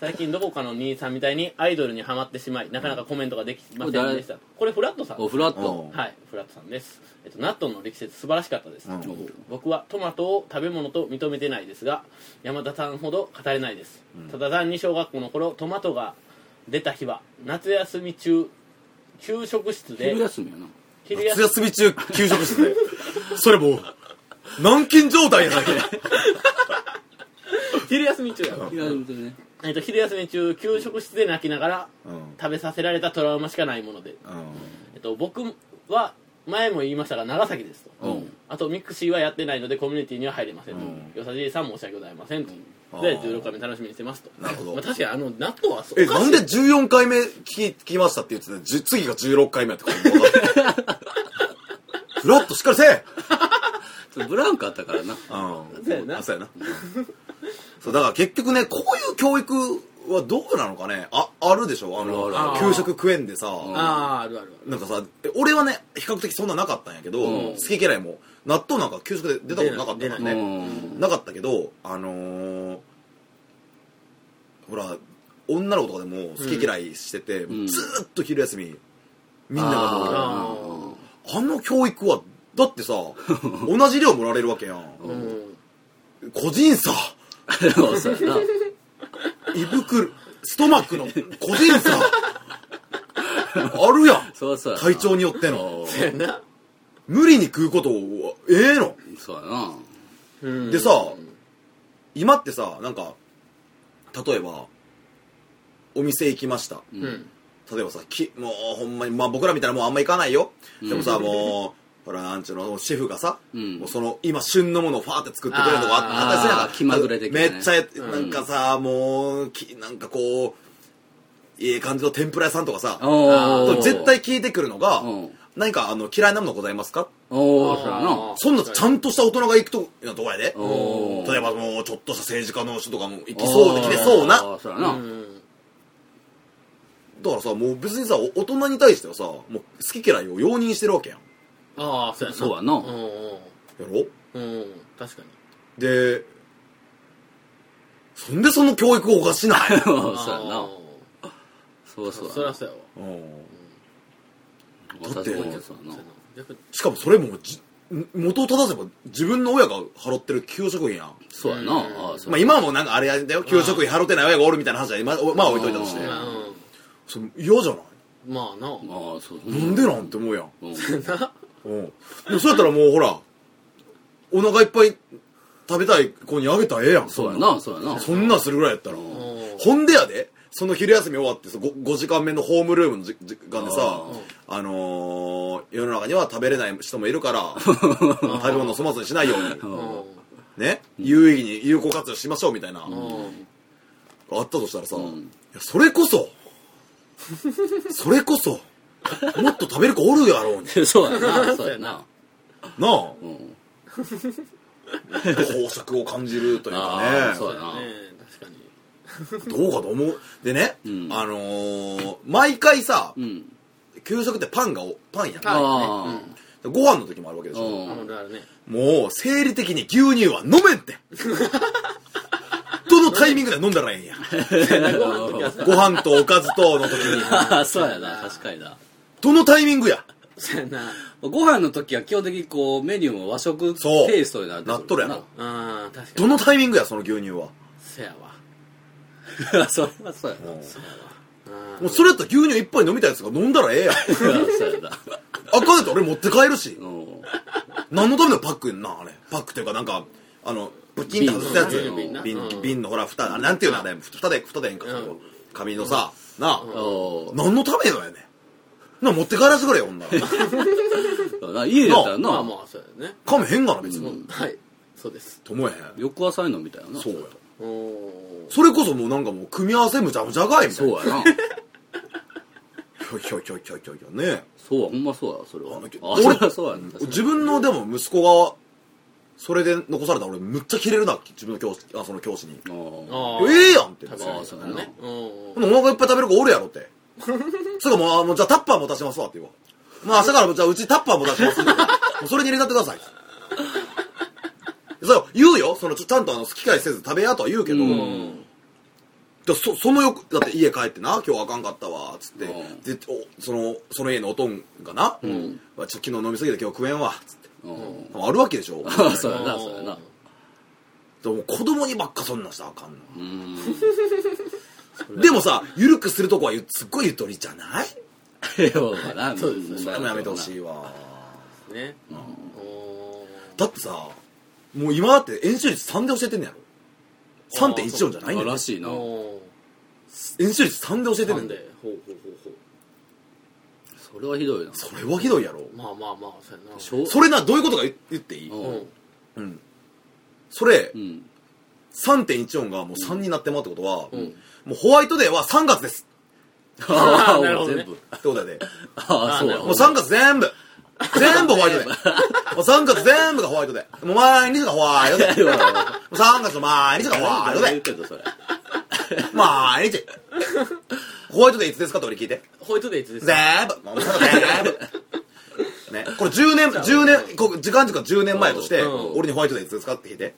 Speaker 4: 最近どこかの兄さんみたいにアイドルにはまってしまいなかなかコメントができませんでしたこれフラットさん
Speaker 2: おフラット
Speaker 4: はいフラットさんです、えっと、納豆の力説素晴らしかったです、
Speaker 3: うん
Speaker 4: 僕はトマトを食べ物と認めてないですが山田さんほど語れないです、ただ単に小学校の頃トマトが出た日は夏休み中給食室で
Speaker 2: 昼休みやな
Speaker 4: 昼
Speaker 3: 夏休み中、給食室で。それもう、軟禁状態やなきゃ。
Speaker 4: 昼休み中やろ
Speaker 2: いや本当にね
Speaker 4: えっと昼休み中給食室で泣きながら
Speaker 3: うん。
Speaker 4: 食べさせられたトラウマしかないもので、
Speaker 3: う
Speaker 4: えっと、僕は前も言いましたが長崎ですと、
Speaker 3: うん
Speaker 4: あとミクシーはやってないのでコミュニティには入れませんと、
Speaker 3: うん
Speaker 4: よさじいさん申し訳ございませんと、
Speaker 3: うん
Speaker 4: で
Speaker 3: あー
Speaker 4: 16回目楽しみにしてますと
Speaker 3: ん。なるほ
Speaker 4: まあ、
Speaker 3: ど。
Speaker 4: 確かにあの納豆はそう
Speaker 3: え、なんで14回目聞き、聞きましたって言ってたのじゅ次が16回目ってこと分かんないフラッとしっかりせえ
Speaker 2: ちょっとブランクあったからな
Speaker 3: うん。
Speaker 4: そうやな
Speaker 3: あそうやな。そう、だから結局ね、こういう教育はどうなのかね。あ、あるでしょあの
Speaker 2: あるあ、
Speaker 4: る
Speaker 3: 給食食えんでさ。
Speaker 4: あああるあるある
Speaker 3: なんかさ、俺はね、比較的そんななかったんやけど、
Speaker 2: うん
Speaker 3: 好き嫌いも、納豆なんか給食で出たことなかったからね。
Speaker 4: 出ないう
Speaker 3: うん
Speaker 2: ん
Speaker 3: なかったけど、あのーほら、女の子とかでも好き嫌いしてて、
Speaker 2: ん
Speaker 3: ずーっと昼休み、みんながもう、あ
Speaker 4: あ
Speaker 3: の教育は、だってさ、同じ量もられるわけやん。
Speaker 4: うん
Speaker 3: 個人差、
Speaker 2: ーそうやな
Speaker 3: 胃袋、ストマックの個人差、あるやん。
Speaker 2: そうそうやな
Speaker 3: 体調によっての。
Speaker 4: そうやな
Speaker 3: 無理に食うことを、ええの。
Speaker 2: そうやな
Speaker 4: うん
Speaker 3: でさ、今ってさなんか例えばお店行きました
Speaker 4: うんうん
Speaker 3: 例えばさきもうほんまに、まあ、僕らみたいなもうあんま行かないよ、でもさもう [LAUGHS] ほらなんちゅうのシェフがさ、
Speaker 2: うん
Speaker 3: もうその今旬のものをファーって作ってくれるのがあったりするやん
Speaker 2: あ
Speaker 3: か
Speaker 2: ー気まぐれ的なね
Speaker 3: めっちゃやなんかさ、もうきなんかこういい感じの天ぷら屋さんとかさ
Speaker 2: おー
Speaker 3: 絶対聞いてくるのが
Speaker 2: うん
Speaker 3: 何かあの嫌いなものございますか
Speaker 2: おおそうやな
Speaker 4: あ
Speaker 3: そんなちゃんとした大人が行くとやとこやで
Speaker 2: おー
Speaker 3: 例えばもうちょっとした政治家の人とかも行きそうで来てそうな
Speaker 2: あーそうや
Speaker 4: う
Speaker 2: な、
Speaker 4: ん
Speaker 3: だからさもう別にさお大人に対してはさもう好き嫌いを容認してるわけやん
Speaker 4: ああそうやな
Speaker 2: そうやな
Speaker 4: う
Speaker 3: やろ
Speaker 4: んうんうん確かに
Speaker 3: でそんでその教育をおかし
Speaker 2: [LAUGHS]
Speaker 3: ない
Speaker 2: そうやなそう
Speaker 4: そ
Speaker 2: そうう
Speaker 4: そりゃそうやわ
Speaker 3: うん
Speaker 2: 私もそうやな
Speaker 4: そうやな逆に
Speaker 3: しかもそれもじ元を正せば自分の親が払ってる給食費やん
Speaker 2: そうやなあーそう
Speaker 3: まあ今はもうなんかあれやだよ給食費払ってない親がおるみたいな話は今おまあ置いといたとして
Speaker 2: うん
Speaker 4: まあ
Speaker 3: その嫌じゃない
Speaker 4: うんまあな
Speaker 2: あーそう
Speaker 3: なんでなんて思うやん
Speaker 2: うん
Speaker 3: うん。でもそうやったらもうほら、お腹いっぱい食べたい子にあげたらええやん。
Speaker 2: そうや
Speaker 3: んな。
Speaker 2: なそうやな
Speaker 3: そんなんするぐらいやったら。
Speaker 4: うん
Speaker 3: ほんでやで、その昼休み終わってさ 5, 5時間目のホームルームのじ時間でさ、あのー、世の中には食べれない人もいる
Speaker 2: [LAUGHS]
Speaker 3: から、食べ物を粗末にしないように、
Speaker 4: うん
Speaker 3: ね、有意義に有効活用しましょうみたいな、
Speaker 4: うん
Speaker 3: あったとしたらさ、
Speaker 2: ん
Speaker 3: いやそれこ
Speaker 2: [LAUGHS]
Speaker 3: そ、それこそ、もっと食べる子おるやろうに。
Speaker 2: [LAUGHS] そうやなそうやな
Speaker 3: なあ、
Speaker 2: うん
Speaker 3: 豊作を感じるという
Speaker 2: [LAUGHS] あ
Speaker 3: か
Speaker 2: ーそ
Speaker 3: ね
Speaker 2: うやな
Speaker 4: ねえ確かに
Speaker 3: どうかと思うでね、
Speaker 2: うん
Speaker 3: あのー毎回さ
Speaker 2: うん
Speaker 3: 給食ってパンがおパンやん
Speaker 4: はい
Speaker 2: あ
Speaker 3: ご飯の時もあるわけでし
Speaker 2: あ
Speaker 3: ょ
Speaker 4: あるあるね
Speaker 3: もう生理的に牛乳は飲めんってどのタイミングで飲んだらええんやご飯とおかずとの時に
Speaker 2: ああそうやな確かにな
Speaker 3: どのタイミングや
Speaker 4: そうやな
Speaker 2: ご飯の時は基本的にこうメニューも和食
Speaker 3: そう
Speaker 2: テイストになってく
Speaker 3: なっとるやろ
Speaker 4: うん確か
Speaker 3: ど
Speaker 4: に
Speaker 3: のタイミングやその牛乳は
Speaker 4: そうやわ
Speaker 2: な [LAUGHS] それはそうやな
Speaker 3: もうそれやったら牛乳一杯飲みたいやつが飲んだらええやん
Speaker 2: そうやな
Speaker 3: あかんやったら俺持って帰るし
Speaker 2: うん
Speaker 3: 何のためのパックやんなあれパックというかなんかあのブキンって外したやつ
Speaker 2: 瓶の
Speaker 4: ね
Speaker 3: 瓶
Speaker 4: うん
Speaker 3: 瓶のほら蓋あれなんていうのあれ蓋で蓋でええんかそれ
Speaker 4: う
Speaker 3: 紙のさなあ
Speaker 2: お
Speaker 3: 何のためのやねんな持って帰らせてくれよほんなら
Speaker 2: ーな家やったら
Speaker 4: まあ
Speaker 2: な
Speaker 4: まあそうやね
Speaker 3: 噛めへんがな別
Speaker 4: う
Speaker 3: に
Speaker 4: んはいそうです
Speaker 3: と思えへん
Speaker 2: 翌朝に飲みたいな
Speaker 3: そうや
Speaker 4: おー
Speaker 3: それこそもうなんかもう組み合わせむちゃむちゃがいみたいな
Speaker 2: そうやな
Speaker 3: ひょひょひょひょひょひょね
Speaker 2: そうやほんまそうやそれは
Speaker 3: あ
Speaker 2: あ
Speaker 3: 俺
Speaker 2: それはそうやな確かに
Speaker 3: 自分のでも息子がそれで残されたら俺むっちゃキレるな自分の教師あその教師に
Speaker 2: ああ
Speaker 4: あー
Speaker 3: ええやんって
Speaker 4: 確かに
Speaker 2: あーそうやな
Speaker 4: ねうん
Speaker 3: お腹いっぱい食べる子おるやろ
Speaker 2: [LAUGHS]
Speaker 3: って。それかもうあ、もうじゃあタッパーも出しますわって言うわ。まあ明日からもじゃあうちタッパーも出しますんで。もうそれに入れたってください。それ言うよ。そのちょちゃんとあの、好き嫌いせず食べやとは言うけど。
Speaker 2: うん
Speaker 3: でそそのよく、だって家帰ってな、今日あかんかったわ、つって
Speaker 2: うん。
Speaker 3: でおその、その家のおとんがな、まあちょっと昨日飲みすぎて今日食えんわ、つって。
Speaker 2: うん
Speaker 3: あるわけでしょ。
Speaker 2: ああ [LAUGHS] そうやなそうやな
Speaker 3: でも子供にばっかそんなんしたらあかんの。
Speaker 2: うん [LAUGHS]
Speaker 3: でもさ、ゆるくするとこはゆすっごいゆとりじゃない
Speaker 2: そうやな
Speaker 4: そうですね
Speaker 3: それもやめてほしいわ。
Speaker 4: ねおー
Speaker 3: だってさもう今だって演習率3で教えてんねやろ3.14じゃないねん
Speaker 2: らしいな
Speaker 4: お
Speaker 3: 演習率3で教えて
Speaker 4: ー
Speaker 3: ん
Speaker 4: な
Speaker 3: ね
Speaker 4: ん
Speaker 3: ん
Speaker 4: でほうほうほうほう
Speaker 2: それはひどいな
Speaker 3: それはひどいやろ
Speaker 4: まあまあまあそうやな
Speaker 2: しょ
Speaker 3: それなどういうことか言言っていい
Speaker 2: うん
Speaker 3: うんそれ
Speaker 2: うん
Speaker 3: 3.14がもう3になってまうってことは
Speaker 4: うん
Speaker 3: もうホワイトデーは3月です
Speaker 4: あーなるほどね
Speaker 2: 全部
Speaker 3: ってことやで
Speaker 2: ああそうや
Speaker 3: もう3月全部全部ホワイトデーもう3月全部がホワイトデーもう毎日がホワイトデ
Speaker 2: [LAUGHS]
Speaker 3: ーもう3月の毎日がホワイトデ
Speaker 2: 言
Speaker 3: ー
Speaker 2: うけどそれ
Speaker 3: 毎日ホワイトデーいつですかって俺聞いて
Speaker 4: ホワイトデーいつです
Speaker 3: 全
Speaker 4: か
Speaker 3: 部もう全部ねこれ10年10年こう時間軸が10年前として
Speaker 4: うん
Speaker 3: 俺にホワイトデーいつですかって聞いて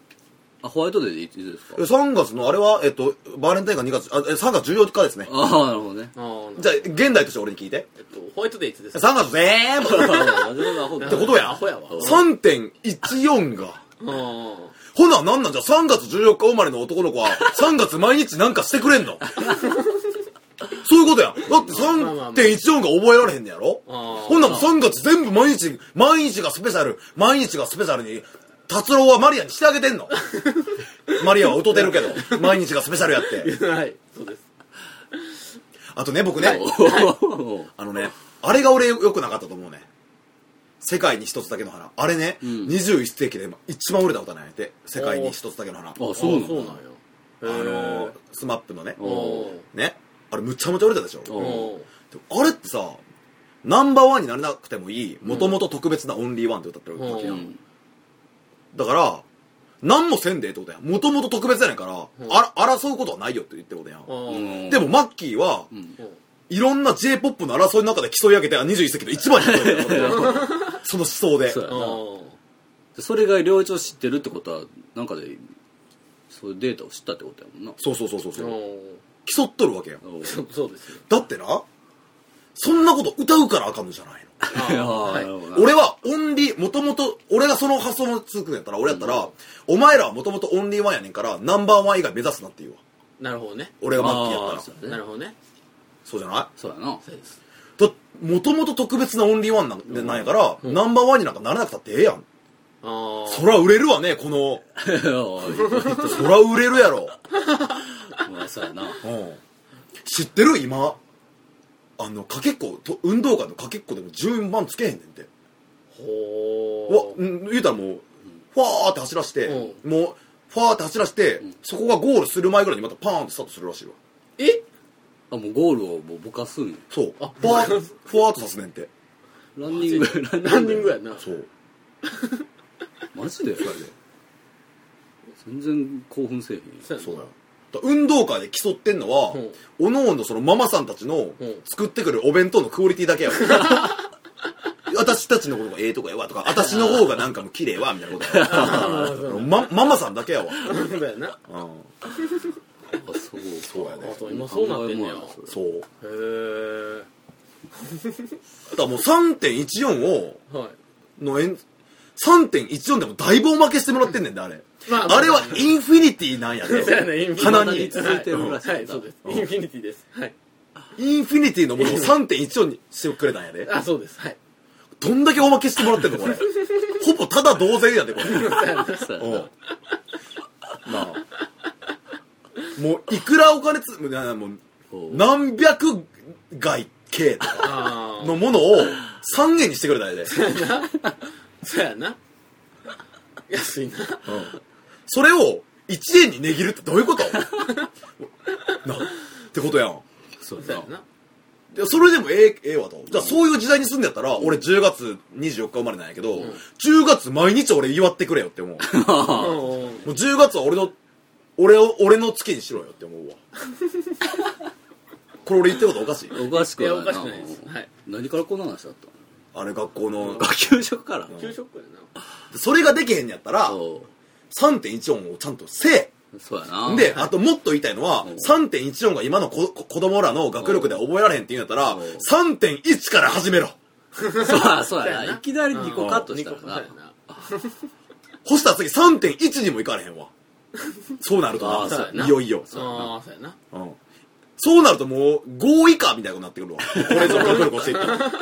Speaker 2: あホワイトデーでいつです
Speaker 3: え
Speaker 2: か
Speaker 3: 3月のあれはえっとバレンタインが2月あえ3月14日ですね
Speaker 2: ああなるほどね
Speaker 4: あー
Speaker 3: じゃあ現代として俺に聞いて
Speaker 4: えっとホワイトデーいつですか
Speaker 3: 3月全部っ
Speaker 2: ああなるほどアホだ
Speaker 3: てことや
Speaker 4: アホやわ
Speaker 3: 3.14が
Speaker 4: うん
Speaker 3: ほな、なんなんじゃ、3月14日生まれの男の子
Speaker 4: [LAUGHS]
Speaker 3: は、3月毎日なんかしてくれんの [LAUGHS] そういうことや。だって
Speaker 4: まあまあまあ
Speaker 3: 3.14が覚えられへんねやろ
Speaker 4: あー
Speaker 3: ほんなら3月全部毎日、毎日がスペシャル、毎日がスペシャルに、達郎はマリアにしてあげてんの [LAUGHS] マリアは劣ってるけど、毎日がスペシャルやって。
Speaker 4: はいそうです
Speaker 3: あとね、僕ね、
Speaker 2: お
Speaker 3: あのね、あれが俺良くなかったと思うね。世界に一つだけの花。あれね、21世紀で今一番売れた歌なんやって。世界に一つだけの花。
Speaker 2: あそうな
Speaker 4: あそうんな
Speaker 2: だ
Speaker 4: んや
Speaker 3: あのー、スマップのね、
Speaker 4: お
Speaker 3: ね、あれむちゃむちゃ売れたでしょ。
Speaker 2: ん
Speaker 4: おー
Speaker 3: でもあれってさ、ナンバーワンになれなくてもいい、もともと特別なオンリーワンって歌ってるわけや。
Speaker 4: うん
Speaker 3: だから、何もせんでええってことやん。もともと特別やねんから、あら争うことはないよって言ってることやん。
Speaker 4: おー
Speaker 2: うん
Speaker 3: でもマッキーは、いろんな J-POP の争いの中で競い上げて、あ21世紀の一番になったんだ
Speaker 2: [LAUGHS]
Speaker 3: よその思想で。
Speaker 2: そうやな
Speaker 4: おー
Speaker 2: それが領長知ってるってことはなんかでそういうデータを知ったってことやもんな
Speaker 3: そうそうそうそうそう。
Speaker 4: お
Speaker 3: 競っとるわけやん。
Speaker 2: おう
Speaker 4: ーそうですよ
Speaker 3: だってな、そんなこと歌うからあかんのじゃないの。
Speaker 2: いやー
Speaker 4: はい
Speaker 2: なるほどな
Speaker 3: 俺はオンリー、もともと、俺がその発想のつくんやったら、俺やったら、お前らはもともとオンリーワンやねんから、ナンバーワン以外目指すなって言うわ。
Speaker 4: なるほどね
Speaker 3: 俺がマッキーやったら
Speaker 2: あ。ー
Speaker 4: なるほどね
Speaker 3: そうじゃない
Speaker 2: そうやな
Speaker 4: そうです
Speaker 3: だもともと特別なオンリーワンなんなんやから、ナンバーワンになんかならなくたってええやん。
Speaker 4: あー
Speaker 3: そら売れるわね、この、
Speaker 2: [LAUGHS]
Speaker 3: そら売れるやろ。
Speaker 2: まあそうやな
Speaker 3: うん。知ってる今。あの、かけっこと、運動会のかけっこでも順番つけへんねんて。わ
Speaker 4: ほ、
Speaker 3: うん言うたらもう、ファーって走らして、
Speaker 4: う
Speaker 3: もう、ファーって走らして、そこがゴールする前ぐらいにまたパーンってスタートするらしいわ。
Speaker 4: ーえ
Speaker 2: あもうゴールをもうぼかすんや
Speaker 3: そう。フ
Speaker 4: あ
Speaker 3: ァー、ファーってさすねんて。
Speaker 2: ランニングランニング
Speaker 4: ランニングやな
Speaker 3: そう。
Speaker 2: マジで全然興奮せえへんや
Speaker 4: そうやな
Speaker 3: そうだよ。だから運動会で競ってんのは、
Speaker 4: うん
Speaker 3: おのおのそのママさんたちの
Speaker 4: うん
Speaker 3: 作ってくるお弁当のクオリティだけやわ。 [LAUGHS] 私たちのことがええとかやわとか、私の方がなんかもう綺麗わ、みたいなことや
Speaker 4: [LAUGHS]
Speaker 3: わま、ママさんだけやわ。
Speaker 4: そうやな
Speaker 3: うん
Speaker 2: あそうそう
Speaker 3: やね
Speaker 4: あそう今そうなってんねやへ
Speaker 3: そう。
Speaker 4: え
Speaker 3: だからもう3.14を、
Speaker 4: はい
Speaker 3: の円、3.14でもだいぶおまけしてもらってんねんだ、あれ。
Speaker 4: まあまあ
Speaker 3: あれはインフィニティなんや
Speaker 4: そうやねイン
Speaker 3: で。
Speaker 4: フィニティ
Speaker 3: 鼻に。
Speaker 2: 続いてるらしい
Speaker 4: はいはいそうですインフィニティですはい
Speaker 3: インフィニティのものを3.14にしてくれたんやで。
Speaker 4: あそうです [LAUGHS] はい
Speaker 3: どんだけおまけしてもらってんの
Speaker 4: [LAUGHS]
Speaker 3: これ。ほぼただ同然やで、これ。
Speaker 2: そうや
Speaker 3: お
Speaker 2: な
Speaker 3: うなあ。もう、いくらお金つ、ななもう
Speaker 2: おう
Speaker 3: 何百外系とか
Speaker 4: あ
Speaker 3: のものを3円にしてくれたんやで。
Speaker 4: あそうやな安いな
Speaker 3: それを1円に値切るってどういうこと
Speaker 4: [LAUGHS]
Speaker 3: なってことやん。
Speaker 2: そう
Speaker 4: そう
Speaker 2: や
Speaker 4: やな
Speaker 3: でそれでもええ、ええわと。じゃあそういう時代に住んでったら、俺10月24日生まれなんやけど、10月毎日俺祝ってくれよ [LAUGHS] って思う。も
Speaker 4: うんうん
Speaker 3: う10月は俺の、俺を、俺の月にしろよって思 [LAUGHS] うわ。これ俺言ってることおかしい
Speaker 2: なおかしくはない
Speaker 4: いやおかしくないですはい
Speaker 2: 何からこんな話だったの
Speaker 3: あれ学校の。
Speaker 2: あ給食から
Speaker 4: 給食やな
Speaker 3: それができへんやったら、
Speaker 2: そ
Speaker 3: 3.1音をちゃんとせえ。
Speaker 2: うそうやな
Speaker 3: で、あともっと言いたいのは、
Speaker 2: ん
Speaker 3: 3.14が今の子子供らの学力では覚えられへんって言うんやったら、
Speaker 2: ん
Speaker 3: 3.1から始めろ。
Speaker 2: そうやそうや
Speaker 4: そうや
Speaker 2: な
Speaker 4: ない
Speaker 2: きなり2個カットした
Speaker 4: 二個
Speaker 2: ら
Speaker 4: 買っ
Speaker 2: な
Speaker 4: たな
Speaker 3: そしたら次3.1にもいかれへんわ。そうなると
Speaker 2: あーそうや
Speaker 3: な、
Speaker 2: ない
Speaker 3: よいよ。
Speaker 4: ああそうやな
Speaker 3: うんそうなるともう5以下みたいなことになってくるわ。これ以上学力落ちていったら。 [LAUGHS]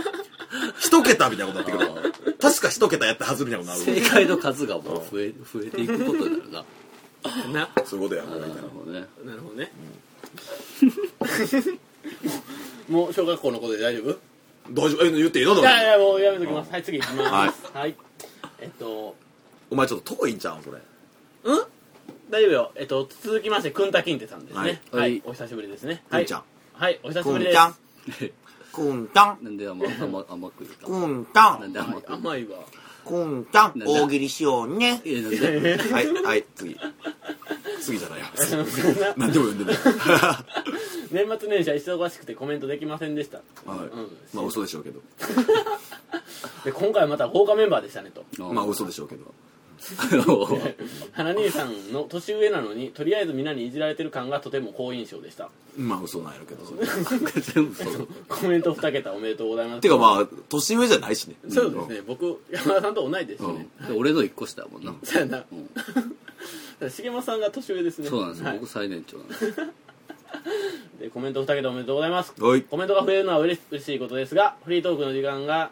Speaker 3: 一桁みたいなことになってくるわ確か一桁やったはずみたいなことにな
Speaker 2: 正
Speaker 3: る
Speaker 2: 解の数がもう増え増えていくことになるな
Speaker 4: な
Speaker 3: そういうことやもうみ
Speaker 2: な
Speaker 3: たい
Speaker 2: る
Speaker 3: な
Speaker 2: ほどね
Speaker 4: なるほどね [LAUGHS] もう小学校のことで大丈夫
Speaker 3: 大丈夫え言っていいの
Speaker 4: いやいやもうやめときますはい次行きますはい、えっと
Speaker 3: お前ちょっと遠いんちゃうんそれ
Speaker 4: うん大丈夫よえっと続きましてくんたきんてさんですね
Speaker 2: は
Speaker 4: はい
Speaker 2: は
Speaker 4: い、
Speaker 2: い
Speaker 4: お久しぶりですね
Speaker 3: くんちゃん
Speaker 4: はい、はい、お久しぶ
Speaker 3: く
Speaker 4: り
Speaker 3: ん
Speaker 4: で
Speaker 3: ち
Speaker 4: す
Speaker 3: ゃんくんちゃん
Speaker 2: なんで甘甘甘く言った
Speaker 3: くんちゃ
Speaker 2: なんんで甘く
Speaker 4: 甘いわ
Speaker 3: くんちゃん
Speaker 2: なんだ
Speaker 3: 大喜利しようね
Speaker 2: いやなんで
Speaker 3: [LAUGHS] はいはい次次じゃないよ何でも読んでない
Speaker 4: 年末年始は忙しくてコメントできませんでした
Speaker 3: はい
Speaker 4: うん
Speaker 3: まあ嘘でしょうけど
Speaker 4: で今回はまた豪華メンバーでしたねと
Speaker 3: まあ嘘でしょうけど
Speaker 2: あの
Speaker 4: 花兄さんの年上なのにとりあえず皆にいじられてる感がとても好印象でした
Speaker 3: まあ嘘なんやろけどそれ
Speaker 2: 全部そう
Speaker 4: コメント2桁おめでとうございます
Speaker 3: てかまあ年上じゃないしね
Speaker 4: そうですね僕山田さんと同いですね、
Speaker 2: うんで俺の一個下やもんな
Speaker 4: そうやな、 [LAUGHS]
Speaker 2: うん
Speaker 4: だから重松さんが年上ですね
Speaker 2: そうなんですよ、
Speaker 4: はい
Speaker 2: 僕最年長なんですよ
Speaker 4: でコメント2桁おめでとうございます
Speaker 3: はい
Speaker 4: コメントが増えるのは嬉し嬉しいことですがフリートークの時間が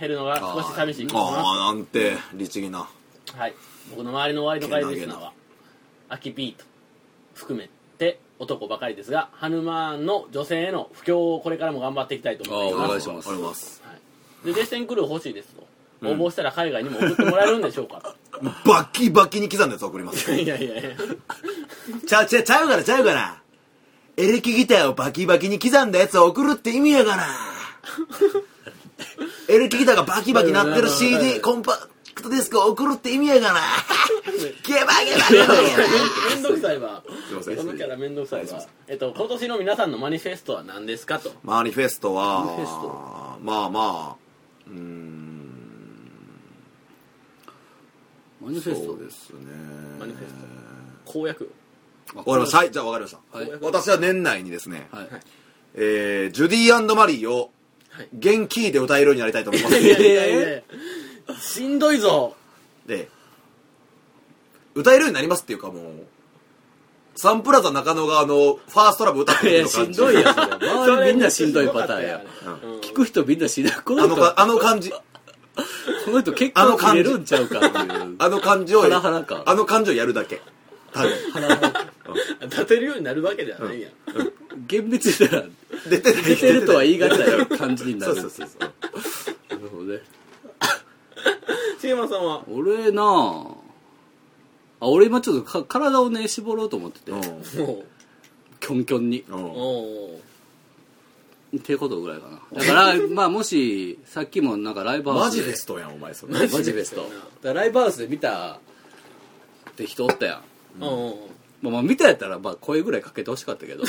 Speaker 4: 減るのが少し寂しい気がしま
Speaker 3: ああなんて律儀な
Speaker 4: すはい僕の周りのワイドカイリスナーはアキピート含めて男ばかりですがハヌマーンの女性への布教をこれからも頑張っていきたいと思ってい
Speaker 2: あお
Speaker 4: ま
Speaker 2: 願い
Speaker 4: す
Speaker 2: します
Speaker 3: お願いします
Speaker 4: でデッセンクルー欲しいですと応募したら海外にも送ってもらえるんでしょうか
Speaker 3: もうバッキバキに刻んだやつ送ります
Speaker 4: [LAUGHS] いやいやいや
Speaker 3: [LAUGHS] ちゃうちゃうちゃうからちゃうからエレキギターをバキバキに刻んだやつを送るって意味や [LAUGHS] からエレキギターがバキバキなってる CD コンパクトディスクを送るって意味や [LAUGHS] からゲバゲバゲバゲ
Speaker 4: [LAUGHS] めんどくさいわ
Speaker 3: いません
Speaker 4: このキャラめんどくさいわえっと今年の皆さんのマニフェストは何ですかと
Speaker 3: バマニフェストは
Speaker 4: マニフェス
Speaker 3: まあまあうーん
Speaker 2: マニフェスト
Speaker 3: すね
Speaker 4: マニフェス公約
Speaker 2: ト
Speaker 3: わかりましたはいじゃあわかりました、
Speaker 2: はい
Speaker 3: 私は年内にですね、
Speaker 2: はい
Speaker 3: えー、ジュディマリーを
Speaker 4: はい
Speaker 3: 元気で歌えるようになりたいと思います
Speaker 4: いやいやいやいやしんどいぞ
Speaker 3: で、歌えるようになりますっていうかもう、サンプラザ中野があの、ファーストラブ歌って
Speaker 2: い
Speaker 3: る
Speaker 2: や
Speaker 3: の
Speaker 2: し
Speaker 3: 感
Speaker 2: ん
Speaker 3: じ。
Speaker 2: ど
Speaker 3: [LAUGHS]
Speaker 2: いやんそれ
Speaker 4: そ
Speaker 2: 周
Speaker 4: れ
Speaker 2: りみんなしんどいパターンや
Speaker 4: すごかったよあれ
Speaker 2: 聞く人みんなしんどいこ
Speaker 3: あ
Speaker 2: の
Speaker 3: の
Speaker 2: 人
Speaker 3: か、あの感じ、
Speaker 2: この人結
Speaker 3: あ
Speaker 2: 構
Speaker 3: の感
Speaker 2: 切
Speaker 3: じ
Speaker 2: れるんちゃうかっていう
Speaker 3: あの感じを、
Speaker 2: ハラハラ感
Speaker 3: あの感じをやるだけ。多分。
Speaker 4: うん立てるようになるわけではないやん
Speaker 2: 厳密に言ったら
Speaker 3: 出てない。
Speaker 2: 出てるとは言い
Speaker 3: が
Speaker 2: 難い感じにな
Speaker 3: そう
Speaker 2: る
Speaker 3: そうそうそう。
Speaker 2: なるほどね
Speaker 4: 重松さんは
Speaker 2: 俺なああ俺今ちょっとか体をね絞ろうと思ってて
Speaker 3: うん
Speaker 4: も
Speaker 2: キョンキョンに
Speaker 3: うん
Speaker 4: うお
Speaker 2: ってことぐらいかなだから [LAUGHS] まあもしさっきもなんかライブハ
Speaker 3: マ
Speaker 2: ウス
Speaker 3: ジ
Speaker 2: で
Speaker 3: フェストやん、お前それ。
Speaker 2: マジベストだからライブハウスで見たって人おったやん
Speaker 4: おお
Speaker 2: まあ、まあ見たやったらまあ声ぐらいかけてほしかったけど [LAUGHS]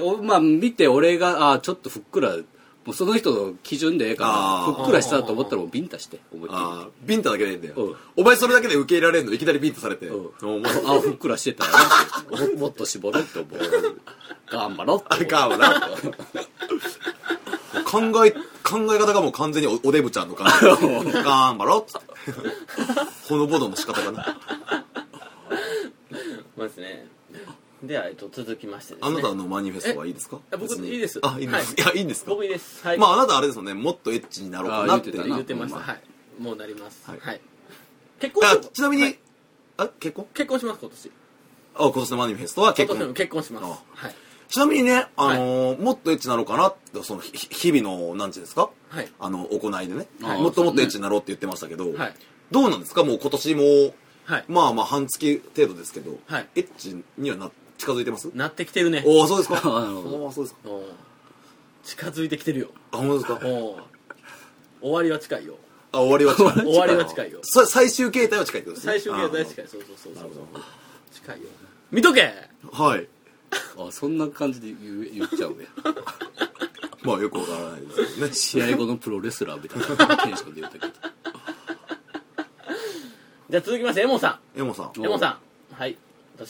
Speaker 2: おまあ見て俺があーちょっとふっくらもうその人の基準でええか
Speaker 3: あ
Speaker 2: ら
Speaker 3: ー
Speaker 2: ふっくらしたと思ったらもうビンタして思いっきりあ
Speaker 3: あービンタだけでいいんだ
Speaker 2: う
Speaker 3: よ
Speaker 2: ん。
Speaker 3: お前それだけで受け入れられんのいきなりビンタされて。
Speaker 2: うん
Speaker 3: お前、
Speaker 2: あふっくらしてたらなももっと絞ろうって思う頑張ろうって
Speaker 3: あ
Speaker 2: 思う
Speaker 3: かんわ
Speaker 4: [LAUGHS]
Speaker 3: な。考え、考え方がもう完全におおデブちゃんの感じ。
Speaker 4: [LAUGHS]
Speaker 3: 頑張ろうっつって。ほのぼのの仕方かな。
Speaker 4: まあですねではえっと続きましてです
Speaker 3: あ
Speaker 4: ね
Speaker 3: なたのマニフェストはいいですか
Speaker 4: え僕
Speaker 3: 別に
Speaker 4: いいです
Speaker 3: あ、いいんです。、
Speaker 4: はい
Speaker 3: や、いいんですか
Speaker 4: 僕いいですはい
Speaker 3: まあ、あなたあれですもんね、もっとエッチになろうかなって
Speaker 2: あ言ってたな
Speaker 4: 言ってました
Speaker 3: ほん
Speaker 4: はいもうなります
Speaker 3: はい
Speaker 4: はい結
Speaker 3: まあ
Speaker 4: 婚し
Speaker 3: ちなみに、
Speaker 4: はい
Speaker 3: あ、結婚
Speaker 4: 結婚します今年
Speaker 3: あ、今年のマニフェストは結
Speaker 4: 今年も
Speaker 3: 婚。
Speaker 4: 結婚します
Speaker 3: あ
Speaker 4: はい
Speaker 3: ちなみにね、あのー、もっとエッチになろうかなって、その、ひひ日々の、なんていうんですか
Speaker 4: はい
Speaker 3: あの、行いでね。
Speaker 2: はい
Speaker 3: もっともっとエッチになろうって言ってましたけど
Speaker 4: はい、
Speaker 3: どうなんですかもう今年も、
Speaker 4: はい
Speaker 3: まあまあ半月程度ですけど、
Speaker 4: はい
Speaker 3: エッチにはな近づいてます
Speaker 4: なってきてるね
Speaker 3: おおそうです
Speaker 4: [LAUGHS]
Speaker 3: か
Speaker 2: なるほど
Speaker 3: おーそうですか
Speaker 4: おー近づいてきてるよ
Speaker 3: あ本当ですか
Speaker 4: おー終わりは近いよ
Speaker 3: あ終わりは近い
Speaker 4: [LAUGHS] 終わりは近いよ
Speaker 3: さ最終形態は近いってことですね
Speaker 4: 最終形態
Speaker 3: い
Speaker 4: 近いそうそうそうそう近いよ見とけ
Speaker 3: はい
Speaker 2: あそんな感じで言う言っちゃうね
Speaker 3: まあよくわからないですけ
Speaker 2: 試
Speaker 3: どね
Speaker 2: 合後のプロレスラーみたいなテンションで言ったけど
Speaker 4: じゃあ続きましてエモさ [LAUGHS]
Speaker 3: エモさん
Speaker 4: んエモさんはい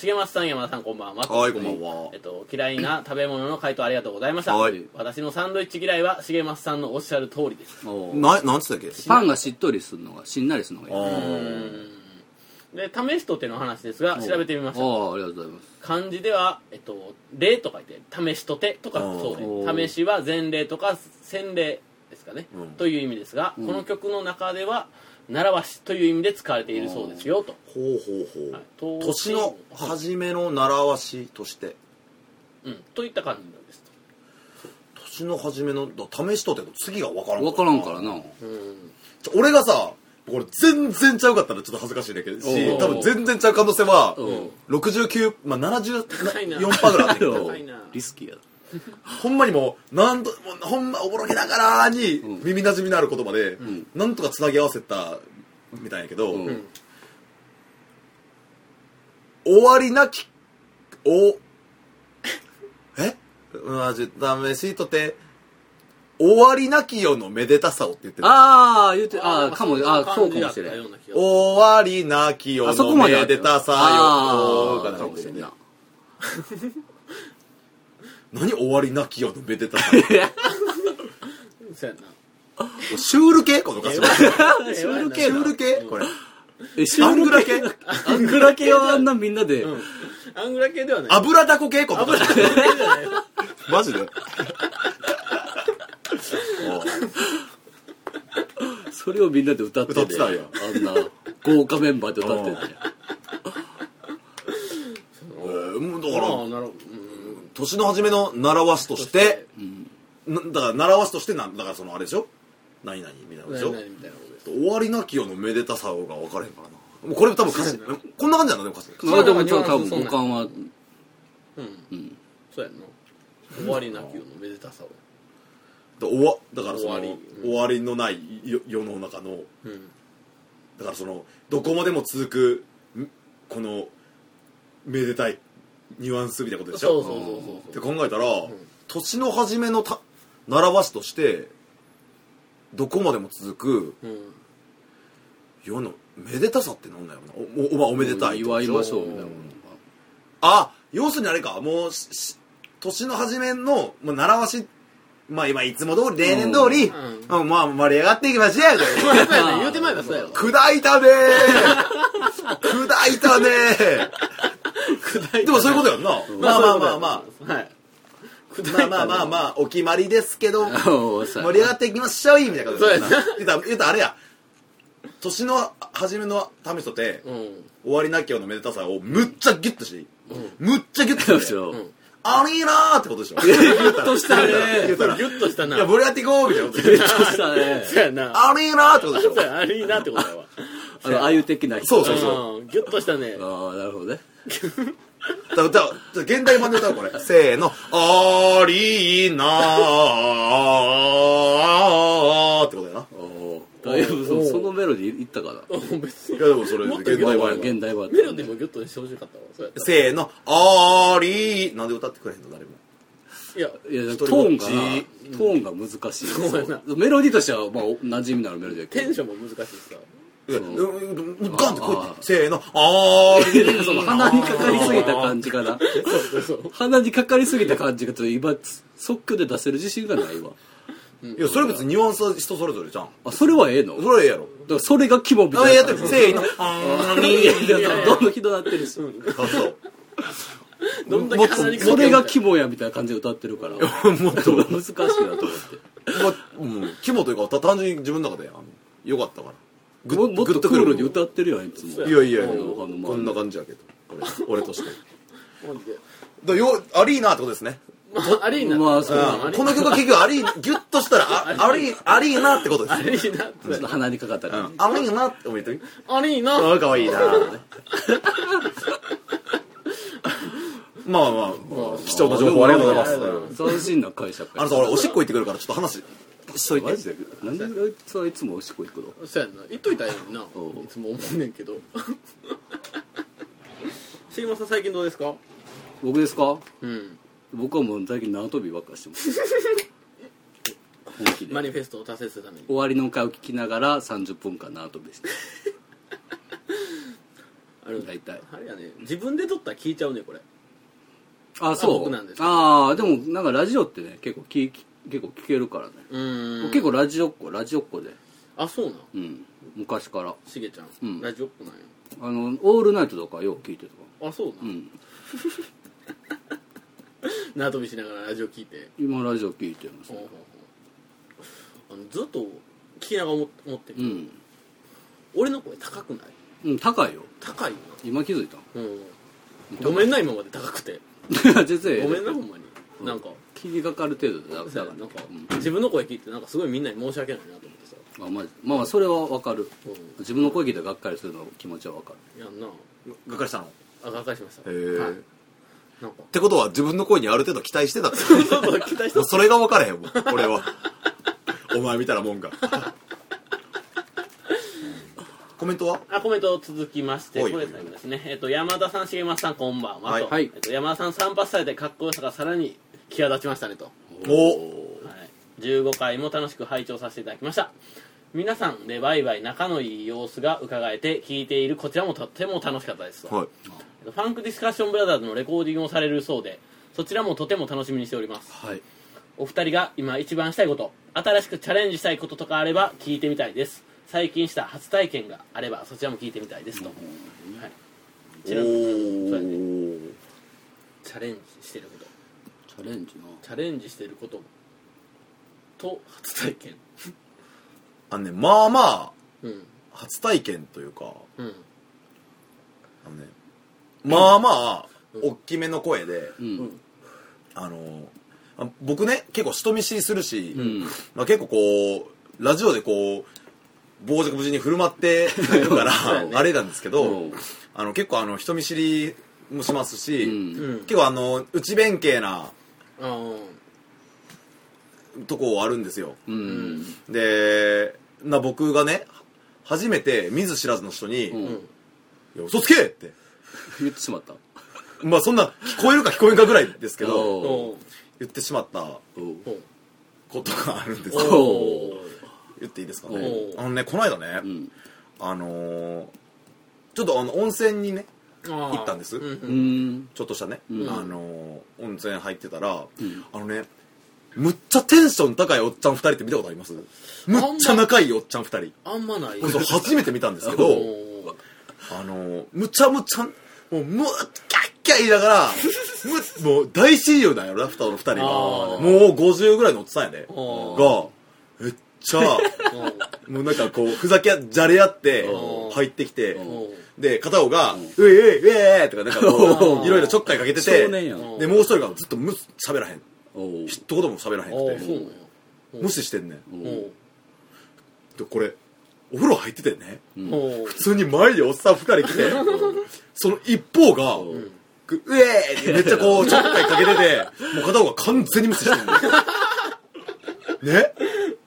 Speaker 4: 重松さん山田さんこんばんは
Speaker 3: はいこんばんは
Speaker 4: えっと嫌いな食べ物の回答ありがとうございました
Speaker 3: はい
Speaker 4: 私のサンドイッチ嫌いは重松さんのおっしゃる通りです
Speaker 2: おー
Speaker 3: ななんつったっけ
Speaker 2: パンがしっとりするのがしんなりするのがいい
Speaker 3: あ
Speaker 4: う
Speaker 3: ー
Speaker 4: んで試しとての話ですが調べてみました
Speaker 2: おーありがとうございます
Speaker 4: 漢字では、えっと、例と書いて試しとてとかそう
Speaker 2: お
Speaker 4: で試しは前例とか洗礼ですかね、
Speaker 3: うん
Speaker 4: という意味ですが、この曲の中では習わしという意味で使われているそうですよと
Speaker 3: ほうほうほう、
Speaker 4: はいと
Speaker 3: 年の初めの習わしとして
Speaker 4: うん、といった感じなんです
Speaker 3: 年の初めのだ試しとっても次が分からん
Speaker 2: 分からんからな
Speaker 4: うん
Speaker 3: ちょ俺がさこれ全然ちゃうかったらちょっと恥ずかしいんだけど
Speaker 2: お
Speaker 3: し
Speaker 2: う
Speaker 3: 多分全然ちゃう可能性は
Speaker 2: うん
Speaker 3: 69まあ
Speaker 4: 高いな
Speaker 3: 74パーぐらいあるけど
Speaker 4: 高いな
Speaker 2: リスキーや
Speaker 3: ほんまにもうなんともうほんまおぼろげながらに耳なじみのある言葉で、
Speaker 2: ん
Speaker 3: なんとかつなぎ合わせたみたいやけど、
Speaker 2: うん
Speaker 3: 終わりなきおえまじ試しとて終わりなきよのめでたさをって言ってる
Speaker 2: ああ言ってああかもああそうかもしれん
Speaker 4: ん
Speaker 3: 終わりなきよ
Speaker 2: あそ
Speaker 3: の
Speaker 2: こまで
Speaker 3: めでたさよ
Speaker 2: あ
Speaker 3: か
Speaker 2: あ
Speaker 3: な
Speaker 2: かもしれんな
Speaker 3: 何終わりなきよのめでたさ
Speaker 4: そうやな
Speaker 3: [LAUGHS] シュール系この歌詞
Speaker 4: シ
Speaker 3: シュール系シュール系これ
Speaker 2: えシュール
Speaker 3: アン
Speaker 2: 系
Speaker 3: グラ
Speaker 2: アングラ系はあんなみんなで
Speaker 4: アングラ系ではない
Speaker 3: 油だこ系この歌詞
Speaker 4: 系ではない
Speaker 3: マジでおう
Speaker 2: それをみんなで歌って
Speaker 3: 歌ってたんや
Speaker 2: あんな豪華メンバーで歌ってんね
Speaker 3: えーもうだから
Speaker 4: ああなるほどうん
Speaker 3: 年の初めの習わしとして、なだから習わしとしてなんだからそのあれでしょ何々みたいなことでしょ
Speaker 4: 何々みたいなことです
Speaker 3: 終わりなきよのめでたさが分からへんからなもうこれ多分歌詞こんな感じなんだね歌詞
Speaker 2: まあでもちょっと多分五感は
Speaker 4: うんそうやんな終わりなきよのめでたさを
Speaker 3: だおわだからその終
Speaker 4: 終
Speaker 3: わ
Speaker 4: わ
Speaker 3: り,、
Speaker 4: り
Speaker 3: のないよ世の中の
Speaker 4: うん
Speaker 3: だからそのどこまでも続くんこのめでたいニュアンスみたいなことでし
Speaker 4: そ
Speaker 3: ょ
Speaker 4: うそうそうそう
Speaker 3: って考えたら、年の初めのた習わしとしてどこまでも続く
Speaker 4: うん
Speaker 3: 世のめでたさってなんだよなおおおおめでたいってこと
Speaker 2: 祝
Speaker 3: で
Speaker 2: い
Speaker 3: しょ
Speaker 2: ましょうみたいなも
Speaker 3: あ要するにあれかもうしし年の初めの、まあ、習わしまあ今いつも通り例年通り、
Speaker 4: う
Speaker 3: うんまあ盛り上がっていきましょうよ
Speaker 4: まあやっぱり [LAUGHS] ね言うてまえばそうやろ
Speaker 3: 砕いた [LAUGHS] ねー砕いたねーでもそういうことやんな、まあまあまあまあ
Speaker 4: あはい
Speaker 3: まあまあまあまあお決まりですけど
Speaker 2: の
Speaker 3: 盛り上がっていきましょういみたいなことやんな
Speaker 4: そうや
Speaker 3: 言うたら言うたらあれや年の初めの試しとて、
Speaker 4: うん
Speaker 3: 終わりなきよのめでたさをむっちゃギュッとしていい、むっちゃギュッとして
Speaker 2: そ
Speaker 3: いい
Speaker 2: うでしょ
Speaker 3: ありーなーってこと [LAUGHS] でしょい
Speaker 2: ギュッとしたね
Speaker 3: 言うたら
Speaker 4: ギュッとしたな
Speaker 3: や、盛り上がっていこうみたいなことで [LAUGHS]
Speaker 2: ギュ
Speaker 3: しょ
Speaker 2: ッとしたね
Speaker 4: そうやな
Speaker 3: ありーなーってことでしょ
Speaker 4: そうやありなってことやわ
Speaker 2: あのあゆ的な人
Speaker 3: そうそう
Speaker 4: うんギュッとしたね
Speaker 2: ああなるほどね
Speaker 3: だからだから現代版で歌うこれ。せーの。ありーなーってことやな。
Speaker 2: おおだいぶそそのメロディーいったかな
Speaker 4: うん別に
Speaker 3: いや、でもそれ、
Speaker 4: もっと
Speaker 3: 現代
Speaker 2: ま
Speaker 3: 版
Speaker 2: あ
Speaker 3: や
Speaker 2: 現代は
Speaker 4: メロディーもギュッとしてほしかったわそうやった
Speaker 3: せーの。ありー。なんで歌ってくれへんの誰も。
Speaker 4: いや
Speaker 2: いや
Speaker 3: 人
Speaker 2: ト
Speaker 3: ぼっ
Speaker 2: ーン
Speaker 3: ち
Speaker 2: がなトーンが難しい
Speaker 4: そうやな
Speaker 2: そうメロディーとしてはまあお馴染みのあるメロディーだ
Speaker 4: テ
Speaker 2: け
Speaker 4: ンションも難しいしさ
Speaker 3: うんうんうんガンってこうやっ
Speaker 2: あ
Speaker 3: て。せーの。あーりー。
Speaker 2: どその鼻にかかりすぎた感じかな
Speaker 4: そうそう
Speaker 2: 鼻にかかりすぎた感じがちょっと今即興で出せる自信がないわ
Speaker 3: いや、それ別にニュアンスは人それぞれじゃん。
Speaker 2: あそれはええのだ
Speaker 3: それはええやろ。
Speaker 2: からそれが肝みたい
Speaker 3: あ、
Speaker 2: な
Speaker 3: やってる。せーの。あーりー。
Speaker 2: いやどんどんひどなってるし
Speaker 3: あ、そう。
Speaker 4: どんだ
Speaker 2: も
Speaker 4: け
Speaker 2: っと
Speaker 4: 鼻にかけ
Speaker 2: それ
Speaker 4: て
Speaker 2: が
Speaker 4: も
Speaker 2: 肝やみたいな感じで歌ってるからもっと難しいなと思って
Speaker 3: まあ、うん、肝というか、た単純に自分の中で、あの、よかったから。グ
Speaker 2: ももっとクールに
Speaker 3: い
Speaker 2: 歌ってるやんいつも
Speaker 3: やいやいや、
Speaker 2: うん
Speaker 3: こんな感じやけど、俺、俺として。
Speaker 4: マジで
Speaker 3: だよ、アリーナってことですね。
Speaker 4: ま [LAUGHS] あアリーナ
Speaker 2: まあそう
Speaker 3: うん、この曲は結局、アリー、ギュッとしたら、あ、アリー、アリーナってことです
Speaker 4: [LAUGHS] ア
Speaker 3: ね。
Speaker 4: リーナ
Speaker 2: ちょっと鼻にかかった
Speaker 3: う
Speaker 2: 感
Speaker 3: ん、アリーナって思ってみ。
Speaker 4: アリーナ
Speaker 3: あ、かわいいなぁまあまあ、貴重な情報ありがとうございます。
Speaker 2: じ斬新な解釈
Speaker 3: あのさ、俺、おしっこ行ってくるから、ちょっと話しといて。
Speaker 2: マジでなんであいつはいつもおしっこ行くの
Speaker 4: そうやんな言っといたらええのに
Speaker 2: お
Speaker 4: な
Speaker 2: う
Speaker 4: いつも思うねんけど [LAUGHS] 杉本さん最近どうですか
Speaker 2: 僕ですか
Speaker 4: [LAUGHS] うん
Speaker 2: 僕はもう最近縄跳びばっかしてます本気で
Speaker 4: マニフェストを達成するために
Speaker 2: 終わりの会を聞きながら30分間縄跳びして
Speaker 4: あれ
Speaker 2: 大体
Speaker 4: あれやね自分で撮ったら聞いちゃうねこれ
Speaker 2: あそう
Speaker 4: 僕なんです
Speaker 2: ああでもなんかラジオってね結構聞き結構聞けるからね、
Speaker 4: うーん
Speaker 2: 結構ラジオっ子ラジオっ子で
Speaker 4: あそうなん
Speaker 2: うん昔から
Speaker 4: しげちゃん、
Speaker 2: うん
Speaker 4: ラジオっ子なんや
Speaker 2: あのオールナイトとかよう聞いてた
Speaker 4: あそう
Speaker 2: う
Speaker 4: なん縄跳びしながらラジオ聞いて
Speaker 2: 今ラジオ聞いてますね
Speaker 4: あのずっと聞きながら思思ってる、
Speaker 2: うん、
Speaker 4: 俺の声高くない
Speaker 2: うん、高いよ
Speaker 4: 高いよ
Speaker 2: 今気づい
Speaker 4: [LAUGHS]
Speaker 2: た
Speaker 4: なうんごめんな今まで高くて
Speaker 2: [LAUGHS] 全然
Speaker 4: ごめんなほんまに、なんか
Speaker 2: 気にかかる程度でだ
Speaker 4: さ
Speaker 2: だから
Speaker 4: なんか、
Speaker 2: うん
Speaker 4: 自分の声聞いてなんかすごいみんなに申し訳ないなと思ってさ、
Speaker 2: あまあ、まあまあそれはわかる
Speaker 4: う
Speaker 2: 自分の声聞いてがっかりするの気持ちはわかる
Speaker 4: ん、やんな
Speaker 3: がっかりしたのへ
Speaker 4: あがっかりしました
Speaker 3: え、
Speaker 4: はい
Speaker 3: っ、
Speaker 4: なんか [LAUGHS]
Speaker 3: てことは自分の声にある程度期待してたってこ
Speaker 4: そうそう期待
Speaker 3: と
Speaker 4: し
Speaker 3: もう
Speaker 4: た
Speaker 3: それが分からへんもん俺はお前見たらもんがコメントは
Speaker 4: あコメント続きまして
Speaker 3: おい
Speaker 4: これ最後ですね、えっと、山田さん重松さんこんばんは、
Speaker 3: はい
Speaker 4: と
Speaker 2: はい
Speaker 4: えっと、山田さん散髪されてかっこよさがさらに際立ちましたねと
Speaker 3: お
Speaker 4: はい、15回も楽しく拝聴させていただきました皆さんでバイバイ仲のいい様子が伺えて聞いているこちらもとっても楽しかったですと
Speaker 3: はい
Speaker 4: ファンクディスカッションブラザーズのレコーディングをされるそうでそちらもとても楽しみにしております
Speaker 2: はい
Speaker 4: お二人が今一番したいこと新しくチャレンジしたいこととかあれば聞いてみたいです最近した初体験があればそちらも聞いてみたいですと、はい、ちなみにそうやねチャレンジしてること
Speaker 2: チャレンジ
Speaker 4: チャレンジしてることと初体験
Speaker 3: あのねまあまあ
Speaker 4: うん
Speaker 3: 初体験というか
Speaker 4: うん
Speaker 3: あのねまあまあ、大きめの声で、
Speaker 2: なうん
Speaker 3: あのあ僕ね結構人見知りするし、
Speaker 2: うん
Speaker 3: まあ、結構こうラジオでこう傍若無人に振る舞ってる
Speaker 2: [LAUGHS]
Speaker 3: からあれなんですけど、
Speaker 2: うん
Speaker 3: あの結構あの人見知りもしますし、
Speaker 2: うん
Speaker 4: うん
Speaker 3: 結構あの内弁慶な
Speaker 4: あー
Speaker 3: とこあるんですよ
Speaker 2: うん
Speaker 3: でな僕がね初めて見ず知らずの人に「
Speaker 2: うん
Speaker 3: い
Speaker 4: うん
Speaker 3: や嘘つけ!」って
Speaker 2: 言ってしまった
Speaker 3: まあそんな聞こえるか聞こえんかぐらいですけど
Speaker 2: お
Speaker 4: お
Speaker 3: 言ってしまった
Speaker 2: うおう
Speaker 4: お
Speaker 3: ことがあるんです
Speaker 2: お
Speaker 3: よ
Speaker 2: う
Speaker 3: 言っていいですかね
Speaker 4: おう
Speaker 3: あのねこの間ね、
Speaker 2: うん
Speaker 3: あのーちょっとあの温泉にね
Speaker 4: 行
Speaker 3: ったんです
Speaker 4: うん
Speaker 2: う
Speaker 4: うん
Speaker 2: ん
Speaker 3: ちょっとしたね、
Speaker 2: ん
Speaker 3: あのー温泉入ってたら、
Speaker 2: ん
Speaker 3: あのねむっちゃテンション高いおっちゃん2人って見たことありますむっちゃ仲いいおっちゃん2人
Speaker 4: あんまない
Speaker 3: これそう初めて見たんですけ
Speaker 4: お
Speaker 3: ど
Speaker 4: ー
Speaker 3: あのーむちゃむちゃもうむっキャッキャ言いながらむもう大親友なんやろラフターの2人が
Speaker 4: あ
Speaker 3: も
Speaker 4: ー
Speaker 3: う50ぐらいのおっさんやで
Speaker 4: お
Speaker 3: がめっちゃ
Speaker 4: うん
Speaker 3: もうなんかこうふざけあじゃれ合って
Speaker 4: お
Speaker 3: 入ってきて
Speaker 4: お
Speaker 3: で片方が「うえうえうえ」とかなんかこ
Speaker 4: お
Speaker 3: ういろいろちょっかいかけて
Speaker 2: 少年
Speaker 3: て
Speaker 2: やん
Speaker 4: お
Speaker 3: でもう一人がずっと無視喋らへん
Speaker 2: おう
Speaker 3: 一言も喋らへ
Speaker 4: あ
Speaker 3: んく
Speaker 4: ーそう
Speaker 3: て
Speaker 4: なんや
Speaker 3: 無視してんねん
Speaker 2: お
Speaker 4: お
Speaker 2: う
Speaker 3: でこれお風呂入っててね
Speaker 4: ーお
Speaker 3: 普通に前におっさん2人来てその一方が「
Speaker 4: ん
Speaker 3: うえー!」ってめっちゃこうちょっかいかけててもう片方が完全に無視してんねんね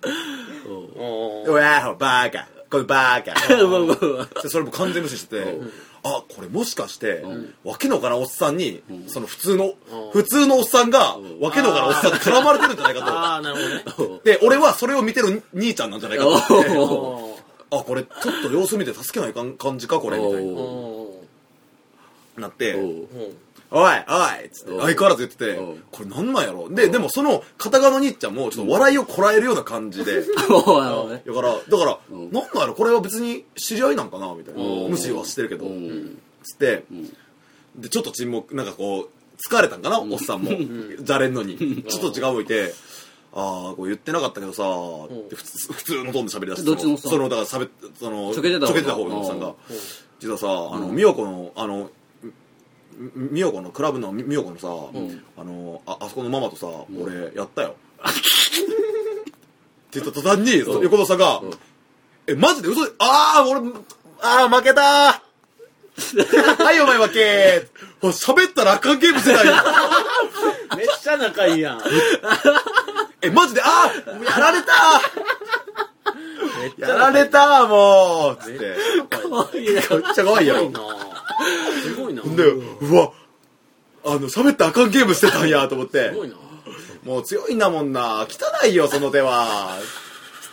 Speaker 4: ーおー
Speaker 3: うわーバーカこのバーカ
Speaker 2: まあまあまあ
Speaker 3: でそれも完全無視してて、あこれもしかして、わけのわからんおっさんに、その普通の、普通のおっさんが、わけのわからんおっさんに絡まれてるんじゃないか
Speaker 4: あーなるほどね
Speaker 3: とで俺はそれを見てる兄ちゃんなんじゃないかと思って
Speaker 2: お
Speaker 4: おー
Speaker 3: あこれちょっと様子見て助けないかん感じかこれみたい
Speaker 2: お
Speaker 3: に
Speaker 4: お
Speaker 3: なって
Speaker 2: お
Speaker 3: 「おいう
Speaker 4: ー
Speaker 3: おい」っつって
Speaker 2: おう
Speaker 3: 相変わらず言ってて
Speaker 2: おう
Speaker 3: これなんなんやろででもその片側の兄ちゃんもちょっと笑いをこらえるような感じで。
Speaker 2: おうなるほどね
Speaker 3: だから、だから、
Speaker 2: うん
Speaker 3: なんだろ、これは別に知り合いなんかなみたいな
Speaker 2: う。ん
Speaker 3: 無視はしてるけど
Speaker 2: う。ん
Speaker 3: つって、で、ちょっと沈黙、なんかこう、疲れたんかな、おっさんも。じゃれんのに。ちょっと違う向いて、ああ、こう言ってなかったけどさ、って普通普通のトーンで喋り出して、
Speaker 2: どっちのおっさん
Speaker 3: その、だから喋っ、その、
Speaker 2: ちょけてた方の
Speaker 3: 方のおっさん
Speaker 2: う
Speaker 3: が
Speaker 2: ん、
Speaker 3: 実はさ、あの、美代子の、あの、み美代子の、クラブのみ美代子のさ、あの、ああそこのママとさ、俺、やったよ。 [LAUGHS] って言った途端に、その横田さんが、え、マジで嘘で、ああ、俺、ああ、負けたーはい、お前負けーあ喋ったらあかんゲームしてないよ。
Speaker 4: めっちゃ仲いいやんめっ
Speaker 3: え、マジで、ああ、もうやられた
Speaker 4: ち
Speaker 3: ー
Speaker 4: ゃ
Speaker 3: やられたーもうつって。
Speaker 2: かわいいな
Speaker 3: めっちゃ可愛いやろ
Speaker 4: 仲いい。なすごいな
Speaker 3: で、うわ、あの、喋ったらあかんゲームしてたんやと思って
Speaker 4: す、ごいな
Speaker 3: もう強いんだもんな、汚いよ、その手は。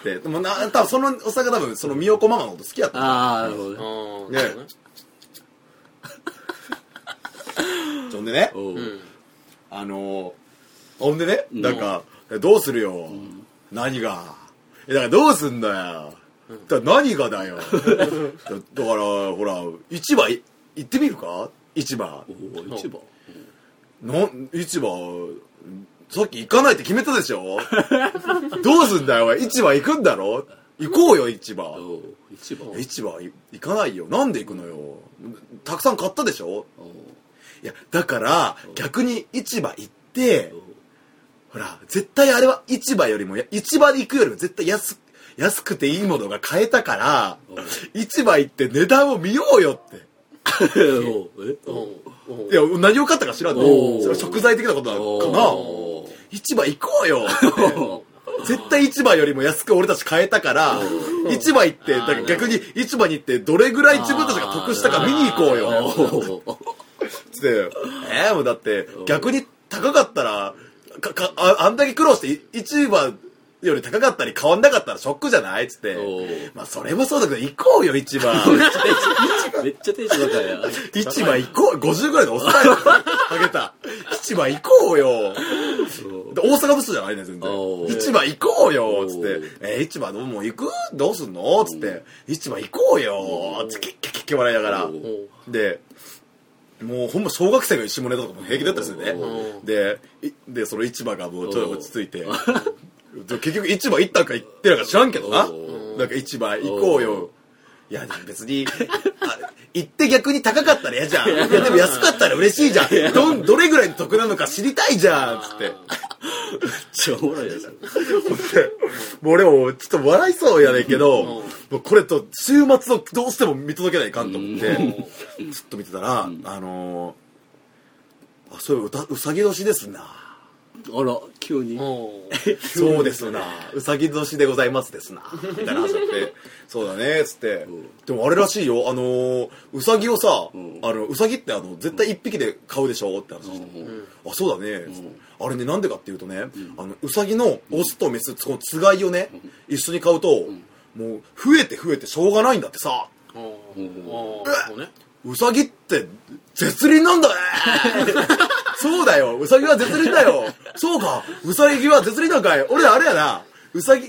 Speaker 3: つって、でもな、多分そのおっさんが多分、その美代子ママのこと好きやった。
Speaker 2: ああなるほど
Speaker 4: あ
Speaker 2: ね
Speaker 4: ー
Speaker 3: ね
Speaker 4: なるほどね
Speaker 3: そんでね、
Speaker 2: おう
Speaker 4: うん
Speaker 3: あのー、ほんでね、なんか、どうするよ、何が。え、だからどうすんだよ。だから何がだよだだからほら市場い行ってみるか市場
Speaker 2: おお一番
Speaker 3: な市場さっき行かないって決めたでしょどうすんだよお前市場行くんだろ行こうよ市場
Speaker 2: おう一番
Speaker 3: 市場い行かないよなんで行くのよたくさん買ったでしょ
Speaker 2: おう
Speaker 3: いやだから逆に市場行ってほら絶対あれは市場よりもや市場で行くよりも絶対安安くていいものが買えたから市場行って値段を見ようよって
Speaker 2: おうえおう
Speaker 4: うん
Speaker 3: いや何を買ったか知らん
Speaker 2: お
Speaker 3: の
Speaker 2: う
Speaker 3: それは食材的なことなの
Speaker 2: おう
Speaker 3: かな市場行こうよ [LAUGHS] って絶対市場よりも安く俺たち買えたから市場行ってだから逆に市場に行ってどれぐらい自分たちが得したか見に行こうよ
Speaker 2: おう
Speaker 3: つって、えー、もうだって、逆に高かったら、か、か、ああんだけ苦労して、い市場より高かったり変わんなかったらショックじゃないつって
Speaker 2: おう。
Speaker 3: まあ、それもそうだけど、行こうよ、市
Speaker 2: [LAUGHS]
Speaker 3: 場。
Speaker 2: めっちゃテンション高いや
Speaker 3: [LAUGHS] 市場行こう。50ぐらいで抑えた。あげた。市場行こうよ。で大阪の人じゃないね、全然
Speaker 2: お。う
Speaker 3: 市場行こうよ。つっ
Speaker 2: おう
Speaker 3: て、えー、市場どうも行くどうすんのつって、市場行こうよ。つって、キッキャキッキャ笑いながら
Speaker 2: お。
Speaker 4: うん
Speaker 3: でもうほんま小学生の下ネタとかも平気だったりするね
Speaker 4: う
Speaker 3: でいでその市場がもうちょっと落ち着いてで結局市場行ったんか行ってるか知らんけどな
Speaker 2: う
Speaker 3: なんか市場行こうよいやでも別にあ行って逆に高かったら嫌じゃんいやでも安かったら嬉しいじゃんどんどれぐらいの得なのか知りたいじゃんつって
Speaker 2: ちゃおもろいやつ
Speaker 3: もう俺もちょっと笑いそうやねんけど、もうこれと週末をどうしても見届けないかんと思って、ずっと見てたら、あのー、あ、そういううたうさぎ年ですな。
Speaker 2: あら急に
Speaker 4: うん
Speaker 3: そうですな。 [LAUGHS] うさぎ年でございますですな。みたいな話にな [LAUGHS] って、そうだね、つって。でもあれらしいよ、あのー、うさぎをさ、
Speaker 2: ん
Speaker 3: あの、うさぎってあの、絶対一匹で買うでしょって話して。あそうだね、あれねなんでかっていうとね、あのうさぎのオスとメスそのつがいをね、一緒に買うと、もう増えて増えてしょうがないんだってさ
Speaker 4: うんうんそうね
Speaker 3: うさぎって絶倫なんだ [LAUGHS] ねそうだようさぎは絶倫だよそうかうさぎは絶倫なんかい俺らあれやなうさぎ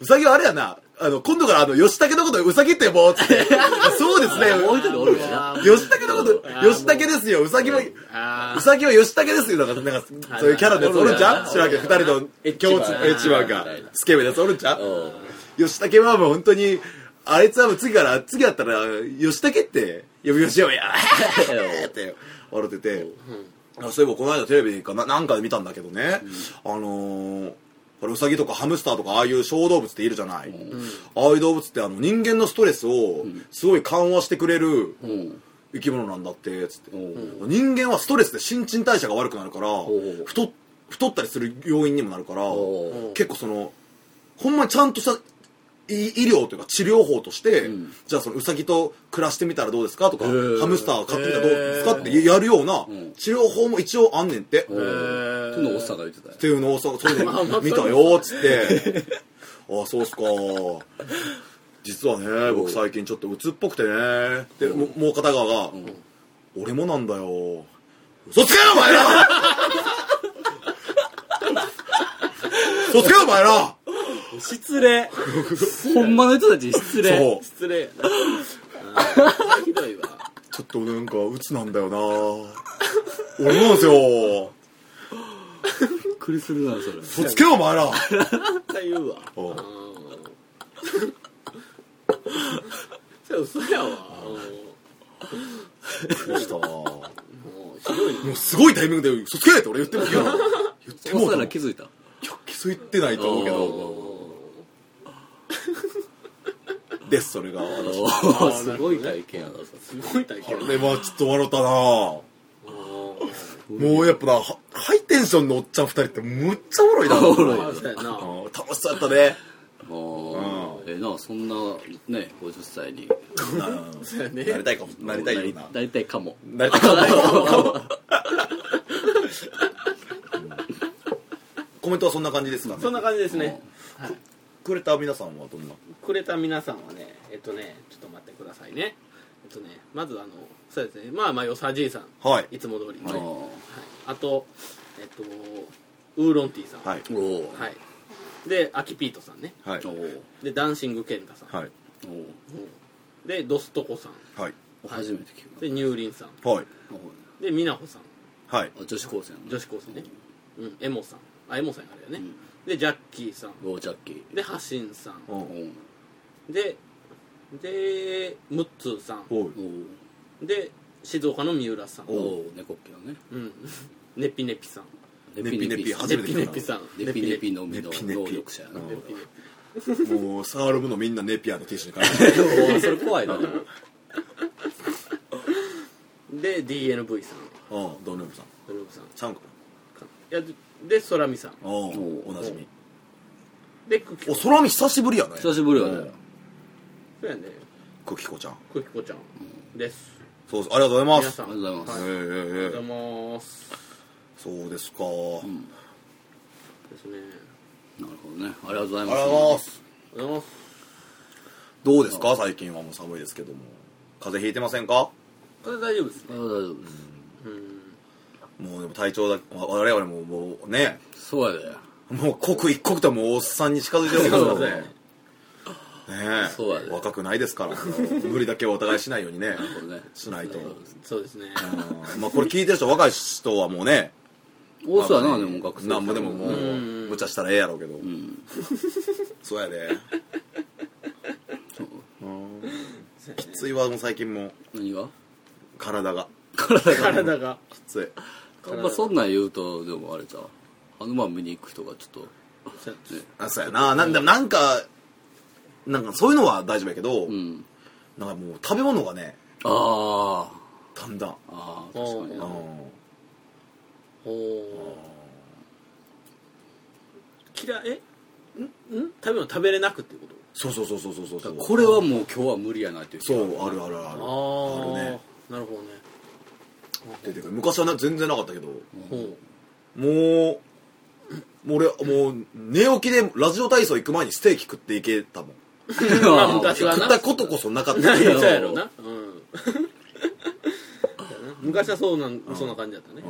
Speaker 3: うさぎはあれやなあの今度からあの吉武のことうさぎって呼ぼうっつって [LAUGHS] そうですね
Speaker 2: もう一人おるやな
Speaker 3: 吉武のこと吉武ですようさぎも
Speaker 4: あ
Speaker 3: うさぎは吉武ですよ。なんか、なんか、そういうキャラのやつおるんちゃう知らんけど、二人の共通、エッチマンが、スケベのやつおるんちゃう
Speaker 2: おう
Speaker 3: 吉武はもう本当に、あいつはもう次から、次だったら、吉武って呼びましょう [LAUGHS] や。って笑ってて。あそういえばこの間テレビかな、なんかで見たんだけどね、あのー、これウサギとかハムスターとかああいう小動物っているじゃない、ああいう動物ってあの人間のストレスをすごい緩和してくれる
Speaker 2: ん
Speaker 3: 生き物なんだってつって、人間はストレスで新陳代謝が悪くなるから
Speaker 2: う
Speaker 3: 太っ太ったりする要因にもなるから
Speaker 2: う
Speaker 3: 結構そのほんまにちゃんとした医医療というか治療法として、じゃあそのウサギと暮らしてみたらどうですかとか、
Speaker 2: ー
Speaker 3: ハムスター飼ってみたらどうですかってやるような治療法も一応あんねんって、
Speaker 2: おうっていうのをおっさんが言ってたよ
Speaker 3: っていうのをさそういうの見たよっつって「ああそうっすか」実はね僕最近ちょっと鬱っぽくてねでももう片側が「俺もなんだよ」嘘つけよお前ら嘘つけよお前ら
Speaker 4: 失礼
Speaker 2: ほんまの人たちに失礼
Speaker 3: そう
Speaker 4: 失礼ひどいわ
Speaker 3: ちょっとなんか鬱なんだよな俺もなんですよ
Speaker 2: びっくりするなそれ
Speaker 3: 嘘つけよお前ら
Speaker 4: 絶対言うわ
Speaker 3: おう
Speaker 4: それ嘘やわ
Speaker 3: どうしたも
Speaker 4: うんもうひどいね
Speaker 3: うすごいタイミングで嘘つけって俺言ってもいいよな言っても
Speaker 2: おっ
Speaker 3: うた
Speaker 2: さんら
Speaker 3: の
Speaker 2: 気づいた
Speaker 3: 気づいてないと思うけどですそれが私
Speaker 2: おおすごい体験やなそれ
Speaker 4: すごい体験
Speaker 3: これはちょっと笑ったなもうやっぱなハハイテンションのおっちゃん二人ってむっちゃおもろいな
Speaker 2: おもろい
Speaker 4: あそうやな
Speaker 3: うん楽しそうやったね
Speaker 2: あーええなそんなね50歳に
Speaker 4: そうやね
Speaker 3: なりたいかもなりたいような
Speaker 2: なりたいかも
Speaker 3: なりたいかもなりたいかもコメントはそんな感じですかね
Speaker 4: そんな感じですね
Speaker 3: くれた皆さんはどんな
Speaker 4: くれた皆さんはねえっとねちょっと待ってくださいねえっとねまずあのそうですねまあまあよさじいさん
Speaker 3: はい
Speaker 4: いつも通り
Speaker 2: あー
Speaker 4: のはいあとえっとウーロンティーさん
Speaker 3: はい
Speaker 2: おお
Speaker 4: はいでアキピートさんね
Speaker 3: はい
Speaker 2: おー
Speaker 4: でダンシング健太さん、
Speaker 3: はい
Speaker 2: おー
Speaker 4: でドストコさん
Speaker 3: はい
Speaker 2: 初めて聞く
Speaker 4: で乳輪さん
Speaker 3: はい
Speaker 2: な
Speaker 4: で美奈穂さん
Speaker 3: はい
Speaker 2: あ女子高生の
Speaker 4: 女子高生ね、うん、エモさんあエモさんやあれだよね、でジャッキーさん
Speaker 2: ゴージャッキー
Speaker 4: でハシンさん
Speaker 3: お
Speaker 2: おー
Speaker 4: ででムッツーさん
Speaker 3: おい
Speaker 2: おー
Speaker 4: で静岡の三浦さん
Speaker 2: おお猫っきのね
Speaker 4: うんネピネピさん
Speaker 3: ネピネピ初
Speaker 4: ネ
Speaker 3: めて
Speaker 4: ピ
Speaker 3: 聞い
Speaker 4: ネ
Speaker 3: た
Speaker 4: ピさん
Speaker 2: ネピネピ
Speaker 4: ネ
Speaker 2: のみの
Speaker 3: ネピネピ
Speaker 2: 能力者やな
Speaker 3: うん
Speaker 2: ネ
Speaker 4: ピネ
Speaker 3: もうサールムのみんなネピアの T シャツに変
Speaker 2: [LAUGHS]
Speaker 3: えて
Speaker 2: ピおーそれ怖いな
Speaker 4: ピで DNV さん
Speaker 3: うんドヌーブさん
Speaker 4: ドルブさん
Speaker 3: ちゃんこ
Speaker 4: いやで空見さん
Speaker 3: うんおなじみ
Speaker 4: でクキコ
Speaker 3: お空見久しぶりやね
Speaker 2: 久しぶりやね
Speaker 4: そうやね
Speaker 3: クキコちゃん
Speaker 4: クキコちゃんです
Speaker 3: そうですありがとうございま
Speaker 4: 皆
Speaker 3: す
Speaker 4: さ
Speaker 3: へ
Speaker 4: ん
Speaker 2: ありがとうございます
Speaker 3: え
Speaker 4: はありが
Speaker 3: え
Speaker 4: とうございます
Speaker 3: そうですか
Speaker 4: ですね
Speaker 2: なるほどねありがとうござい
Speaker 3: あり
Speaker 2: ま
Speaker 3: がとうございます
Speaker 2: す
Speaker 4: ありがとうございます
Speaker 3: どうですか最近はもう寒いですけども風邪ひいてませんか
Speaker 4: これ大丈夫です
Speaker 2: あ
Speaker 4: ね
Speaker 2: 大丈夫です
Speaker 4: うん
Speaker 3: もうでも体調だ我々ももうね
Speaker 2: そうやで
Speaker 3: もう刻一刻ともうおっさんに近づいてますから
Speaker 4: そう
Speaker 3: ね
Speaker 4: で
Speaker 3: ねえ
Speaker 2: そうやで
Speaker 3: 若くないですからもう無理だけはお互いしないようにね
Speaker 2: これね
Speaker 3: しないと
Speaker 4: そうですね
Speaker 3: うんまあこれ聞いてる人若い人はもうね
Speaker 2: 多そうやな
Speaker 3: ま
Speaker 2: で
Speaker 3: あ
Speaker 2: も学生
Speaker 3: なんもでももう
Speaker 4: うん
Speaker 3: 無茶したらええやろうけど
Speaker 2: ん
Speaker 3: そうやできついわもう最近も
Speaker 2: 何が
Speaker 3: 体が
Speaker 4: 体が
Speaker 3: きつい
Speaker 2: やっぱそんなん言うとでもあれじゃうハヌマン見に行く人がちょっ
Speaker 4: そうやね
Speaker 3: あそうやななんでもなんかなんかそういうのは大丈夫やけど、
Speaker 2: とうん
Speaker 3: なんかもう食べ物がね
Speaker 2: あ
Speaker 3: だんだん
Speaker 2: あああ確かに
Speaker 3: う
Speaker 2: なん
Speaker 4: おお嫌いえんん食べ物食べれなくっていうこと
Speaker 3: そうそうそうそうそうそうそう
Speaker 2: これはもう今日は無理やなっていう
Speaker 3: そうあるあるあるあるね
Speaker 4: ああなるほどね
Speaker 3: 出てくる昔はな全然なかったけども
Speaker 4: ほう
Speaker 3: うもう俺もう寝起きでラジオ体操行く前にステーキ食っていけたもん
Speaker 4: ま
Speaker 3: [LAUGHS]
Speaker 4: あ昔は
Speaker 3: 食
Speaker 4: な
Speaker 3: ったことこそなか
Speaker 4: [LAUGHS]
Speaker 3: った
Speaker 4: ない
Speaker 3: けど
Speaker 4: ややろなうん [LAUGHS] 昔はそうなんそんな感じだったね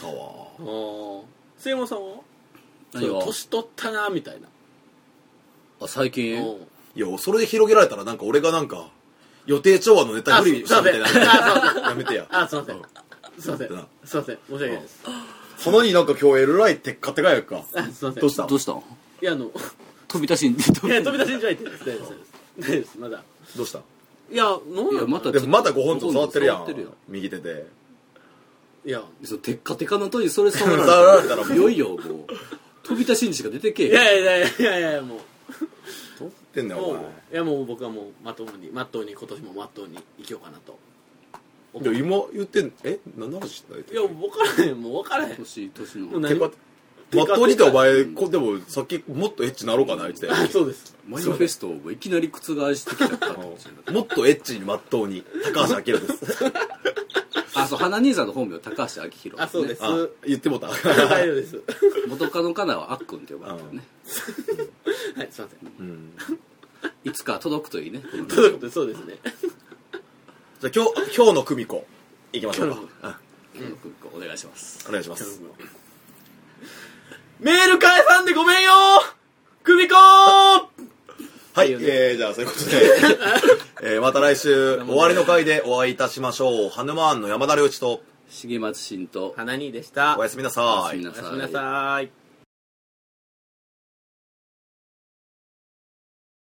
Speaker 3: たわ
Speaker 4: ああ末山さんは
Speaker 2: 何
Speaker 4: そ
Speaker 2: が
Speaker 4: れ年取ったなみたいな
Speaker 2: あ最近
Speaker 4: おう
Speaker 3: いやそれで広げられたらなんか俺がなんか予定調和のネタに無理したみたいになるやめてや
Speaker 4: あすいませんすいません
Speaker 3: な
Speaker 4: すいません申し訳ないです
Speaker 3: そのになんか今日 L ライって買ってかやか
Speaker 4: あすいません
Speaker 3: どうした
Speaker 2: どうしたん
Speaker 4: いやあの [LAUGHS]
Speaker 2: 飛び出しに飛
Speaker 4: い
Speaker 2: び
Speaker 4: や
Speaker 2: 出
Speaker 4: 飛び出しんじゃ [LAUGHS] ないって大丈夫です大丈夫ですまだ
Speaker 3: どうした
Speaker 4: いやなん
Speaker 2: い
Speaker 4: な
Speaker 2: や
Speaker 4: の
Speaker 2: また
Speaker 3: でもまだ5本と触ってるや
Speaker 2: 触ってるよ
Speaker 3: ん右手で
Speaker 4: いや
Speaker 2: そのテッカテカの音にそれ触られ
Speaker 3: [LAUGHS] 触られ
Speaker 2: た
Speaker 3: た
Speaker 2: ら
Speaker 3: ら
Speaker 2: いよいよもう飛び出しにしか出てけえ
Speaker 4: いやいやいやいやいやもう
Speaker 3: ってんだよ
Speaker 4: も
Speaker 3: お
Speaker 4: う
Speaker 3: 前
Speaker 4: いやもう僕はもうまともにまっとうに今年もまっとうに生きようかなと
Speaker 3: でも今言ってんえ何の話してない
Speaker 4: いや分からへんもう分からへん
Speaker 2: 年年
Speaker 4: もう
Speaker 2: の
Speaker 4: 何
Speaker 3: て
Speaker 4: も
Speaker 3: かまっとうにってお前こでもさっきもっとエッチなろうかな言ってたよ
Speaker 4: あそうです
Speaker 2: マニフェストをいきなり覆してきたから
Speaker 3: もっとエッチにまっとうに高橋明です
Speaker 2: あそう花兄さんの本名は高橋明宏
Speaker 4: あそうです
Speaker 3: あ言ってもうた
Speaker 4: [LAUGHS] 大丈夫です
Speaker 2: 元カノカナはあっくんって呼ばれてるね
Speaker 4: はいすいません
Speaker 3: うん
Speaker 2: いつか届くといいねこの
Speaker 4: ということでそうですね
Speaker 3: じゃあ今日今日の久美子いきましょうか
Speaker 2: お願いします
Speaker 3: お願いします
Speaker 4: メール返さんでごめんよクビコ
Speaker 3: はい、えー、じゃあそういうこと [LAUGHS] で、えー、また来週終わりの回でお会いいたしましょうハヌマーンの山田良一と
Speaker 2: 重松慎と
Speaker 4: 花にでした
Speaker 3: おやすみなさ
Speaker 2: おやすみな
Speaker 4: おやすみなさい